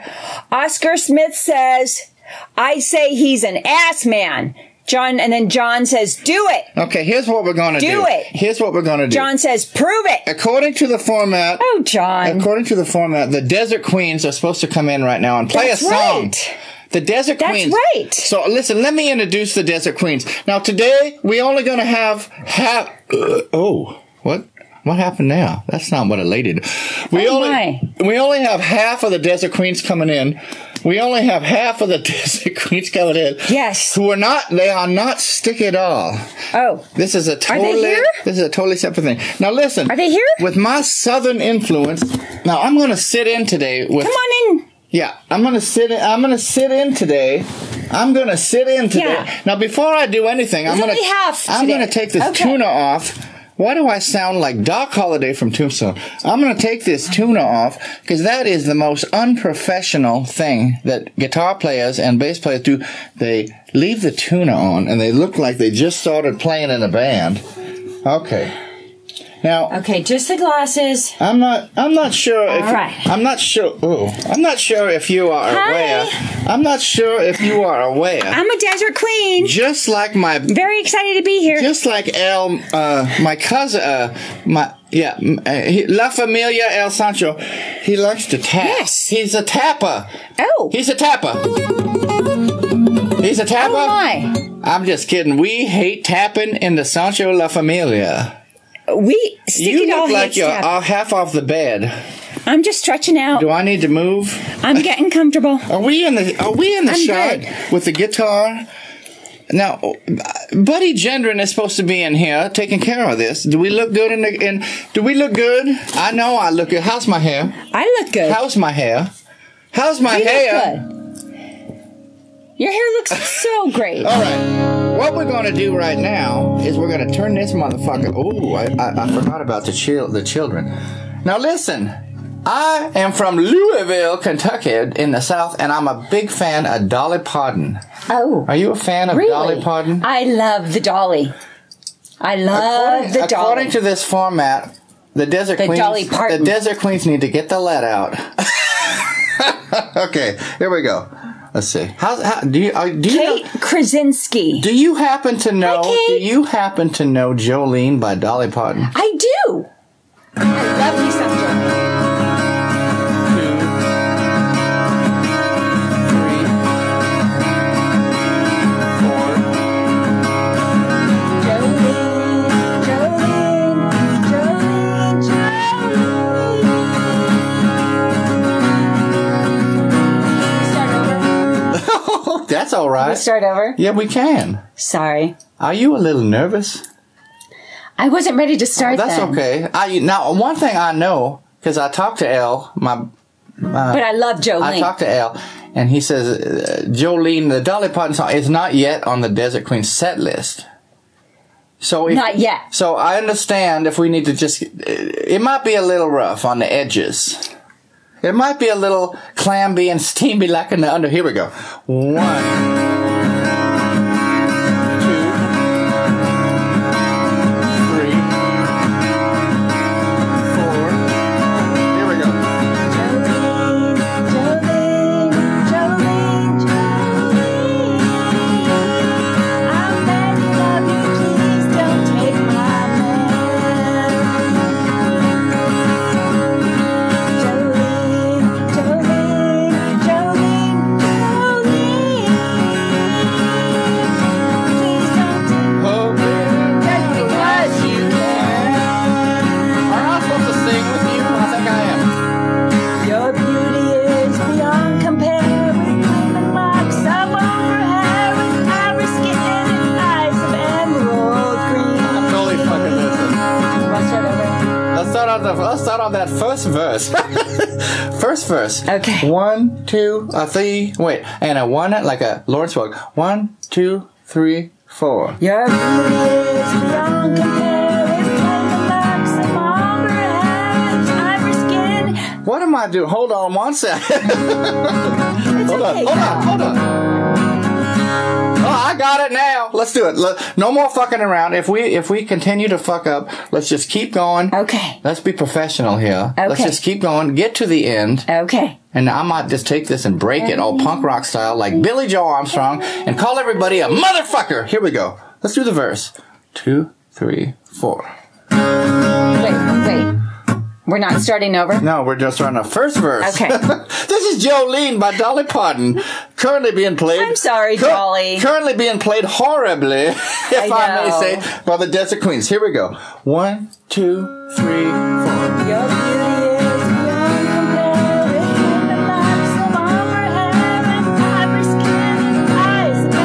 S2: Oscar Smith says, I say he's an ass man. John and then John says, do it.
S1: Okay, here's what we're gonna do.
S2: Do it.
S1: Here's what we're gonna do.
S2: John says, prove it.
S1: According to the format,
S2: Oh John.
S1: according to the format, the Desert Queens are supposed to come in right now and play
S2: That's
S1: a song.
S2: right.
S1: The Desert
S2: That's
S1: Queens.
S2: right.
S1: So listen, let me introduce the Desert Queens. Now today we only gonna have half. oh, what? What happened now? That's not what a lady did. We
S2: Oh,
S1: only
S2: my.
S1: we only have half of the Desert Queens coming in. We only have half of the Desert Queens coming in.
S2: Yes.
S1: Who are not? They are not stick at all.
S2: Oh.
S1: This is a
S2: they
S1: totally
S2: here?
S1: this is a totally separate thing. Now listen.
S2: Are they here?
S1: With my southern influence, now I'm going to sit in today with
S2: Come on in.
S1: yeah, I'm gonna sit. In, I'm gonna sit in today. I'm gonna sit in today.
S2: Yeah.
S1: Now, before I do anything, I'm
S2: It's
S1: gonna.
S2: only half
S1: I'm
S2: today.
S1: gonna take this
S2: Okay.
S1: tuna off. Why do I sound like Doc Holliday from Tombstone? I'm gonna take this tuna off because that is the most unprofessional thing that guitar players and bass players do. They leave the tuna on and they look like they just started playing in a band. Okay. Now
S2: Okay, just the glasses.
S1: I'm not. I'm not sure if.
S2: All right.
S1: I'm not sure. Oh, I'm not sure if you are
S2: Hi.
S1: aware. I'm not sure if you are aware.
S2: I'm a desert queen.
S1: just like my.
S2: Very excited to be here.
S1: Just like El, uh, my cousin, uh, my yeah, m- uh, he, La Familia El Sancho, he likes to tap.
S2: Yes.
S1: he's a tapper.
S2: oh.
S1: He's a tapper. He's a tapper.
S2: Oh my.
S1: I'm just kidding. We hate tapping in the Sancho La Familia.
S2: We sticky
S1: you
S2: doll
S1: look like
S2: hates
S1: you're
S2: tap.
S1: uh, half off the bed.
S2: I'm just stretching out.
S1: Do I need to move?
S2: I'm getting comfortable.
S1: Are we in the Are we in the
S2: I'm
S1: shot
S2: good.
S1: with the guitar? Now, Buddy Gendron is supposed to be in here taking care of this. Do we look good in the? In, do we look good? I know I look good. How's my hair?
S2: I look good.
S1: How's my hair? How's my
S2: you
S1: hair?
S2: look good. Your hair looks so great.
S1: All right. What we're gonna do right now is we're gonna turn this motherfucker. Oh, I, I, I forgot about the chil- the children. Now listen, I am from Louisville, Kentucky, in the South, and I'm a big fan of Dolly Parton.
S2: Oh.
S1: Are you a fan of
S2: Really?
S1: Dolly Parton?
S2: I love the dolly. I love the dolly.
S1: according to this format, the desert
S2: The
S1: queens,
S2: Dolly Parton.
S1: the desert queens need to get the lead out. okay, here we go. Let's see. How's, how do you uh, do you know-
S2: Kate Krasinski.
S1: do you happen to know?
S2: Hi,
S1: do
S2: Kate.
S1: you happen to know Jolene by Dolly Parton?
S2: I do. I love you, Sandra. Jolene, Jolene, Jolene, Jolene. Start over. Oh,
S1: That's all
S2: We
S1: right.
S2: start over.
S1: Yeah, we can.
S2: Sorry.
S1: Are you a little nervous?
S2: I wasn't ready to start
S1: That's
S2: then,
S1: okay. I now one thing I know because I talked to Elle, my
S2: But I love Jolene.
S1: I talked to Al, and he says uh, Jolene, the Dolly Parton song, is not yet on the Desert Queen set list. So if,
S2: Not yet.
S1: So I understand if we need to just. uh, It might be a little rough on the edges. It might be a little clamby and steamy like in the under. Here we go. One. Two. first verse. first verse.
S5: Okay.
S1: One, two, a three. Wait, and a one like a Lawrence walk. One, two, three, four.
S5: Your boots don't compare with Cadillacs, Marlboro hats, Ivory skin.
S1: What am I doing? Hold on one sec. hold
S5: It's
S1: on,
S5: okay,
S1: hold on,
S5: y'all.
S1: hold on. Oh, I got it now. Let's do it. Look, No more fucking around. If we if we continue to fuck up, let's just keep going.
S5: Okay,
S1: Let's be professional here. Let's
S5: Okay.
S1: just keep going. Get to the end.
S5: okay.
S1: And I might just take this and break it all punk rock style, like Billy Joe Armstrong, and call everybody a motherfucker. Here we go. Let's do the verse. Two, three, four.
S5: Wait, wait. We're not starting over?
S1: No, we're just on the first verse.
S5: Okay.
S1: this is Jolene by Dolly Parton, currently being played.
S5: I'm sorry, Dolly.
S1: Currently being played horribly, if I, may
S5: know.
S1: say, by the Desert Queens. Here we go. One, two, three, four.
S5: Your beauty is beyond compare with Cadillacs, Marlboro hats, Ivory skin, eyes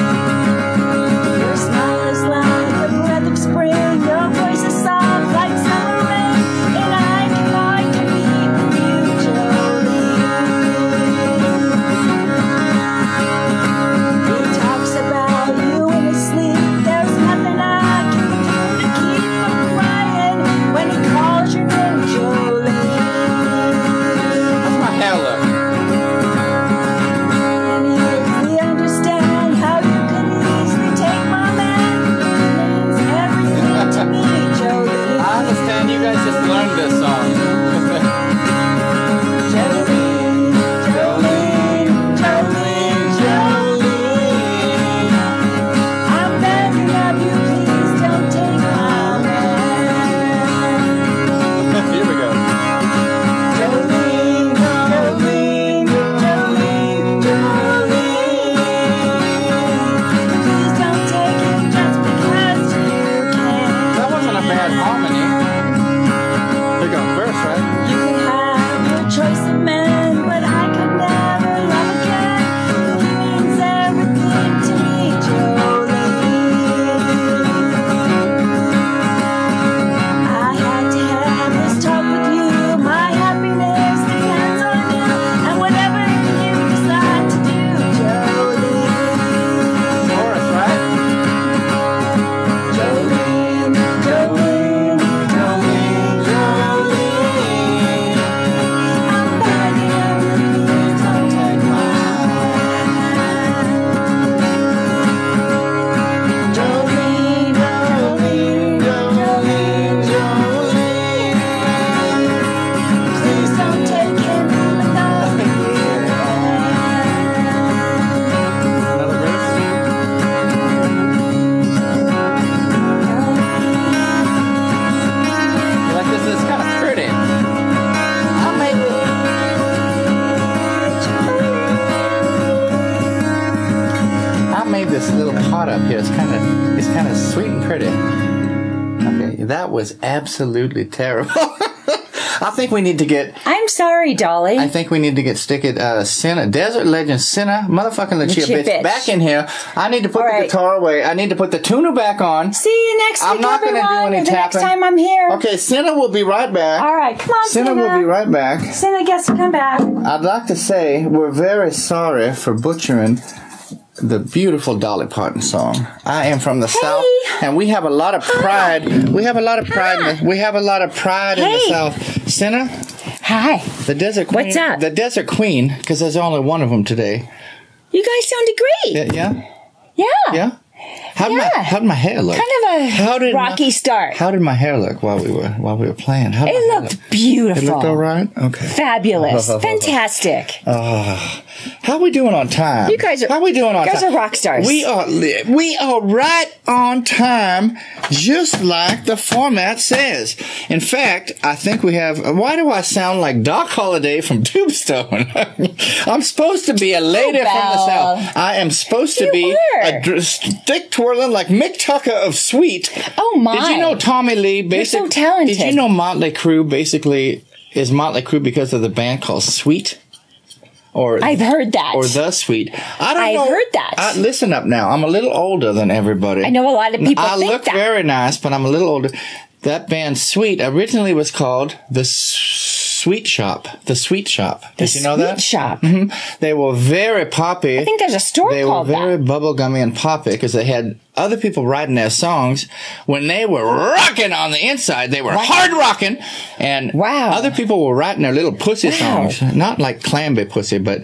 S5: emerald. Your smile is like the breath of spring. Your voice is soft like summer rain, and I can I can be you, Jolene. He talks about you in his sleep. There's nothing I can do to keep from crying when he calls your name, Jolene.
S1: That's my hair look.
S5: And he easily understand how you could easily take my man. It means everything to me, Jolene.
S1: I understand you guys just learned this song.
S5: Jolene, Jolene, Jolene, Jolene. I'm begging of you, please don't take my man.
S1: Here we go.
S5: Jolene, Jolene, Jolene, Jolene. Please don't take him just because you can.
S1: That wasn't a bad harmony. They go first, right?
S5: You could have your choice of men, but I could never love again. He means everything to me, Jolene. I had to have this talk with you. My happiness depends on you, and whatever you decide to do, Jolene.
S1: Chorus, right?
S5: Jolene, Jolene, Jolene, Jolene. I'm begging you, please don't take my hand. Jolene, Jolene, Jolene, Jolene. Please don't take him without me.
S1: Another verse. You like this? It's kind of pretty. I made it. I made this little pot up here. It's kind of, it's kind of sweet and pretty. Okay, that was absolutely terrible. I think we need to get,
S5: I'm sorry, Dolly.
S1: I think we need to get stick it, uh, Senna, Desert Legend Senna, motherfucking Lucia,
S5: Lucia
S1: bitch,
S5: Bitch.
S1: back in here. I need to put
S5: All
S1: the
S5: right.
S1: guitar away. I need to put the tuner back on.
S5: See you next
S1: I'm
S5: week,
S1: not gonna do
S5: everyone.
S1: any
S5: or the next
S1: tapping.
S5: time I'm here.
S1: Okay, Senna will be right back.
S5: All right, come on,
S1: Senna
S5: Santa.
S1: will be right back.
S5: Santa gets to come back.
S1: I'd like to say we're very sorry for butchering the beautiful Dolly Parton song. I am from the South, and we have a lot of pride. We have a lot of pride. In the, we have a lot of pride in the
S5: Hey.
S1: South. Senna,
S5: Hi.
S1: the Desert Queen.
S5: What's up?
S1: The Desert Queen, because there's only one of them today.
S5: You guys sounded great.
S1: Yeah, yeah.
S5: Yeah.
S1: yeah? How did my
S5: Yeah.
S1: How did my hair look?
S5: Kind of a
S1: How did my-
S5: rocky start.
S1: How did my hair look while we were while we were playing? How did my
S5: it
S1: hair
S5: looked
S1: look?
S5: beautiful.
S1: It looked all right. Okay.
S5: Fabulous. Fantastic.
S1: Ah, how we doing on time?
S5: You guys are-
S1: How we doing on
S5: you guys
S1: time?
S5: are rock stars.
S1: We are. li- We are right on time, just like the format says. In fact, I think we have. Why do I sound like Doc Holliday from Tombstone? I'm supposed to be a lady from the
S5: Belle.
S1: south. I am supposed to
S5: You
S1: be
S5: are.
S1: a dr- stick twirling like Mick Tucker of Sweet.
S5: Oh, my.
S1: Did you know Tommy Lee? Basically,
S5: so talented.
S1: Did you know Motley Crue basically is Motley Crue because of the band called Sweet? or
S2: I've heard that.
S1: or the sweet. I don't
S2: I've
S1: know.
S2: heard that.
S1: I, listen up now. I'm a little older than everybody.
S2: I know a lot of people
S1: I
S2: think
S1: look
S2: that.
S1: very nice, but I'm a little older. That band Sweet originally was called the S- Sweet Shop. The Sweet Shop.
S2: The
S1: Did you know
S2: sweet
S1: that?
S2: shop.
S1: They were very poppy.
S2: I think there's a store
S1: they were
S2: called
S1: very
S2: that.
S1: bubblegummy and poppy because they had other people writing their songs. When they were rocking on the inside, they were hard rocking, and
S2: Wow.
S1: other people were writing their little pussy
S2: Wow.
S1: songs, not like clamby pussy, but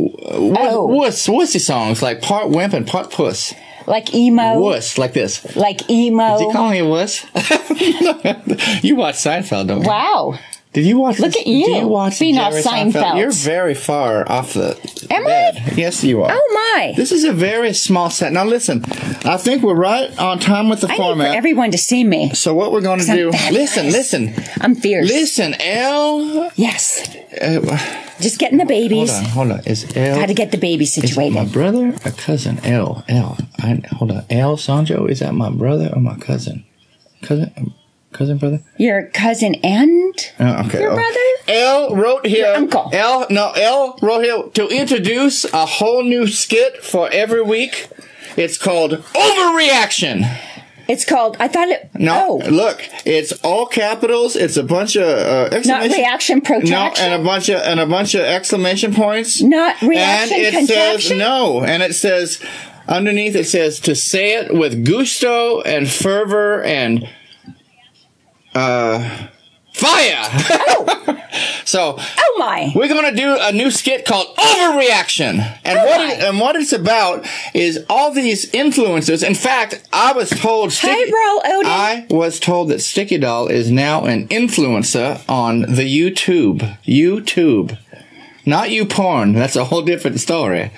S2: Oh.
S1: wuss wussy songs like part wimp and part puss,
S2: Like emo.
S1: wuss like this.
S2: Like
S1: Did you
S2: emo.
S1: call me a wuss? you watch Seinfeld, don't you?
S2: Wow.
S1: Did you watch?
S2: Look
S1: this-
S2: at you,
S1: Do you watch
S2: being all
S1: Jerry
S2: Seinfeld.
S1: You're very far off the.
S2: Am I?
S1: bed. Yes, you are.
S2: Oh my.
S1: This is a very small set. Now listen, I think we're right on time with the
S2: I need for
S1: format.
S2: everyone to see me.
S1: so what we're going to
S2: I'm
S1: do?
S2: fabulous.
S1: Listen, listen,
S2: I'm fierce.
S1: listen. L.
S2: Yes.
S1: Uh,
S2: Just getting the
S1: hold
S2: babies.
S1: on, hold on. Is L?
S2: How to get the baby
S1: is it my
S2: situated.
S1: brother or cousin? L. L. I hold on. L. Sanjo. Is that my brother or my cousin? Cousin. um, Cousin brother.
S2: Your cousin and
S1: Oh, okay.
S2: your
S1: Oh.
S2: brother?
S1: L wrote here.
S2: Your uncle.
S1: L no L wrote here to introduce a whole new skit for every week. It's called Overreaction.
S2: It's called, I thought it,
S1: No,
S2: oh,
S1: look, it's all capitals. It's a bunch of uh,
S2: not
S1: exclamation.
S2: reaction,
S1: no,
S2: protraction.
S1: and a bunch of and a bunch of exclamation points.
S2: Not reaction,
S1: And it says
S2: contraction?
S1: no, and it says underneath it says to say it with gusto and fervor and uh fire. so
S2: oh my.
S1: we're gonna do a new skit called Overreaction, and what it, and what it's about is all these influencers. In fact, I was told Sticky,
S2: Roll Odin.
S1: I was told that Sticky Doll is now an influencer on the YouTube. YouTube, not you porn. That's a whole different story.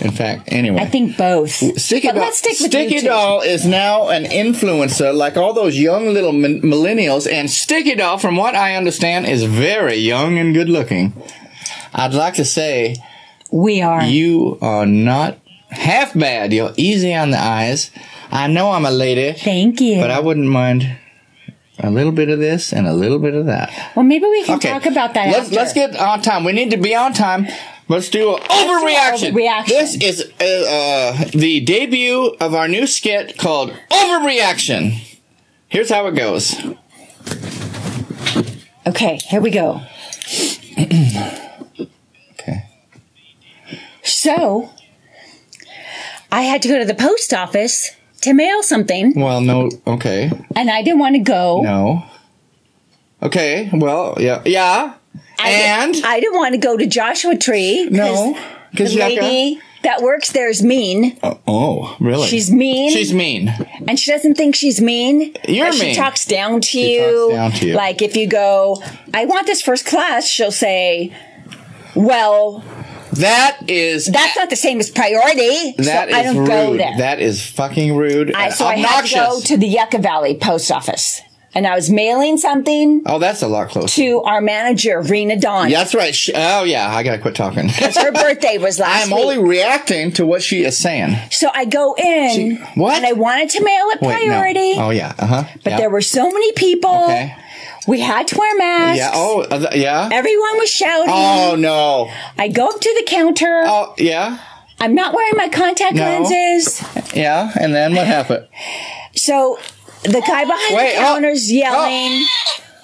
S1: In fact, anyway,
S2: I think both.
S1: Sticky,
S2: but
S1: doll,
S2: let's stick with
S1: Sticky
S2: you two.
S1: doll is now an influencer, like all those young little min- millennials. And Sticky Doll, from what I understand, is very young and good looking. I'd like to say
S2: We are.
S1: you are not half bad. You're easy on the eyes. I know I'm a lady,
S2: Thank you.
S1: but I wouldn't mind a little bit of this and a little bit of that.
S2: well, maybe we can talk about that
S1: Let's
S2: after.
S1: let's get on time. We need to be on time. Let's do an
S2: do
S1: overreaction.
S2: an overreaction.
S1: This is uh, uh, the debut of our new skit called Overreaction. Here's how it goes.
S2: Okay, here we go.
S1: Okay.
S2: So, I had to go to the post office to mail something,
S1: Well, no. Okay.
S2: and I didn't want to go.
S1: No. Oh. Okay. Well, yeah. Yeah.
S2: I
S1: and
S2: didn't, I didn't want to go to Joshua Tree. 'cause
S1: no,
S2: the
S1: because
S2: lady that works there is mean,
S1: Oh, really?
S2: She's mean.
S1: She's mean.
S2: and she doesn't think she's mean.
S1: You're
S2: but She
S1: mean.
S2: talks down to
S1: She
S2: you.
S1: talks down to you.
S2: Like if you go, I want this first class, she'll say, "Well,
S1: That is
S2: that's not the same as priority."
S1: that
S2: so I
S1: is
S2: don't
S1: rude.
S2: go there.
S1: That is fucking rude.
S2: I,
S1: and
S2: so
S1: obnoxious.
S2: I had to go to the Yucca Valley post office, and I was mailing something
S1: oh, that's a lot closer.
S2: to our manager, Rena Dawn.
S1: Yeah, that's right. She, oh yeah, I gotta quit talking.
S2: Her birthday was last
S1: I'm
S2: week.
S1: only reacting to what she is saying.
S2: so I go in,
S1: She- what?
S2: and I wanted to mail it
S1: Wait, no.
S2: priority,
S1: Oh yeah. Uh huh.
S2: but there were so many people.
S1: Okay.
S2: We had to wear masks.
S1: Yeah. Oh uh, th- yeah.
S2: Everyone was shouting.
S1: Oh no.
S2: I go up to the counter.
S1: Oh yeah.
S2: I'm not wearing my contact
S1: No.
S2: lenses.
S1: Yeah. And then what happened?
S2: So the guy behind
S1: Wait,
S2: the
S1: oh,
S2: counter's yelling.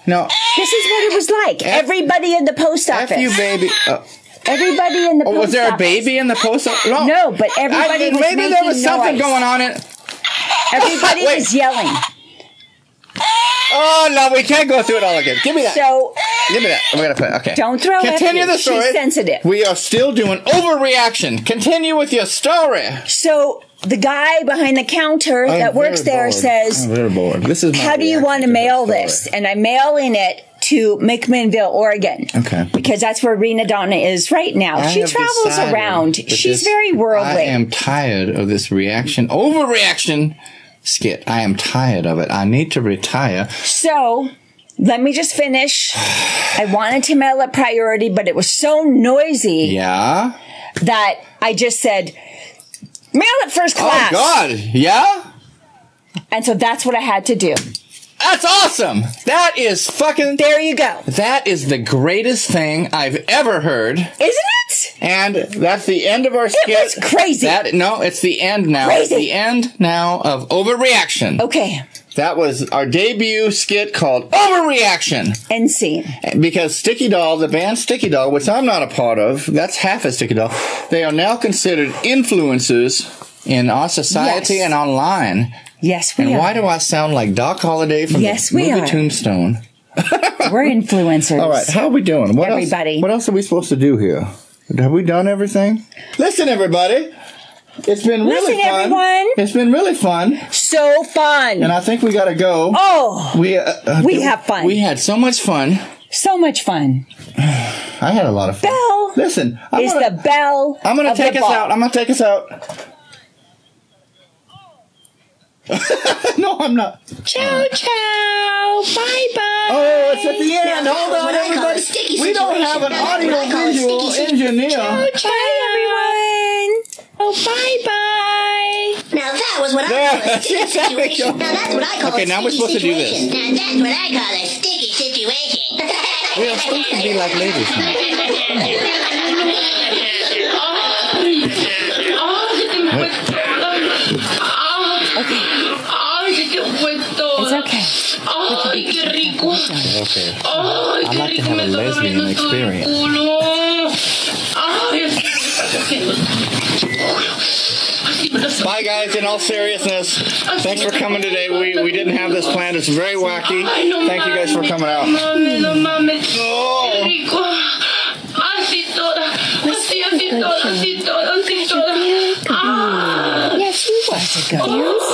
S1: No.
S2: This is what it was like. Everybody in the post office.
S1: F you, baby. Uh,
S2: Everybody in the
S1: oh,
S2: post
S1: was there a
S2: office.
S1: baby in the post? No.
S2: No, but
S1: Oh. I
S2: everybody
S1: mean,
S2: was
S1: maybe there was something going on in.
S2: Everybody
S1: Wait.
S2: was yelling.
S1: Oh no, we can't go through it all again. Give me that.
S2: So
S1: Give me that. We're gonna uh, put okay.
S2: Don't throw
S1: Continue
S2: at me.
S1: the story.
S2: She's sensitive.
S1: We are still doing overreaction. Continue with your story.
S2: so the guy behind the counter that works there says,
S1: This is
S2: "How do you want to mail this?" And I'm mailing it to McMinnville, Oregon.
S1: Okay.
S2: Because that's where Rena Donna is right now.
S1: I
S2: she
S1: have
S2: travels
S1: decided
S2: around.
S1: that
S2: She's
S1: this-
S2: very worldly.
S1: I am tired of this reaction, overreaction skit. I am tired of it. I need to retire.
S2: So let me just finish. I wanted to mail it priority, but it was so noisy
S1: Yeah.
S2: that I just said, mail it first
S1: Oh
S2: class.
S1: God. Yeah.
S2: And so that's what I had to do.
S1: That's awesome. That is fucking.
S5: There you go.
S1: That is the greatest thing I've ever heard.
S5: Isn't it?
S1: And that's the end of our skit.
S5: was crazy.
S1: That no, it's the end now.
S5: Crazy. Oh.
S1: The end now of overreaction.
S5: Okay.
S1: That was our debut skit called Overreaction.
S5: End scene.
S1: Because Sticky Doll, the band Sticky Doll, which I'm not a part of, that's half a Sticky Doll, they are now considered influences in our society
S5: Yes.
S1: and online.
S5: Yes, we
S1: And
S5: are.
S1: why do I sound like Doc Holliday from
S5: Yes,
S1: the
S5: we
S1: movie
S5: are.
S1: Tombstone?
S5: We're influencers.
S1: All right, how are we doing? What
S5: Everybody.
S1: Else, what else are we supposed to do here? Have we done everything? Listen, everybody. It's been really
S5: Listen,
S1: fun.
S5: everyone.
S1: It's been really fun,
S5: So fun.
S1: and I think we got to go.
S5: oh,
S1: We uh, uh,
S5: We have fun.
S1: We had so much fun.
S5: so much fun.
S1: I had a lot of fun.
S5: Bell
S1: Listen, I'm
S5: is
S1: gonna,
S5: the bell.
S1: I'm gonna
S5: of
S1: take
S5: the
S1: us
S5: ball.
S1: out. I'm gonna take us out. no, I'm not.
S5: Ciao, ciao. Bye, bye.
S1: Oh, it's at the end. Hold on,
S6: what I call a
S1: everybody.
S6: sticky
S1: We don't have an
S6: situation. That's what
S1: audio
S6: I call a
S1: visual
S6: sticky
S1: engineer.
S5: Bye, everyone. Oh, bye, bye.
S6: Now that was what
S1: There.
S6: I call a sticky
S1: Yes, there we
S6: situation.
S1: go.
S6: Now that's what I call
S1: Okay,
S6: a
S1: now we're
S6: sticky
S1: supposed to do this.
S6: situation. Now that's what I call a sticky situation.
S1: We are supposed to be like ladies. now.
S7: Ay, se te fue todo.
S5: It's okay.
S7: Ay, qué rico.
S1: Okay.
S7: Ay,
S1: I'd like
S7: qué
S1: to
S7: rico
S1: have
S7: me
S1: a
S7: está
S1: lesbian
S7: doliendo todo el
S1: experience.
S7: culo. Ay, así me lo saco.
S1: Bye, guys. In all seriousness, thanks for coming today. We we didn't have this planned. It's very wacky.
S7: Ay, no
S1: Thank you guys for
S7: mames,
S1: coming
S7: No
S1: out.
S7: mames, no mames. Qué
S1: Oh,
S7: rico. Así toda, así, así toda, así toda, así toda. Ah. Oh.
S5: Yes, you was a good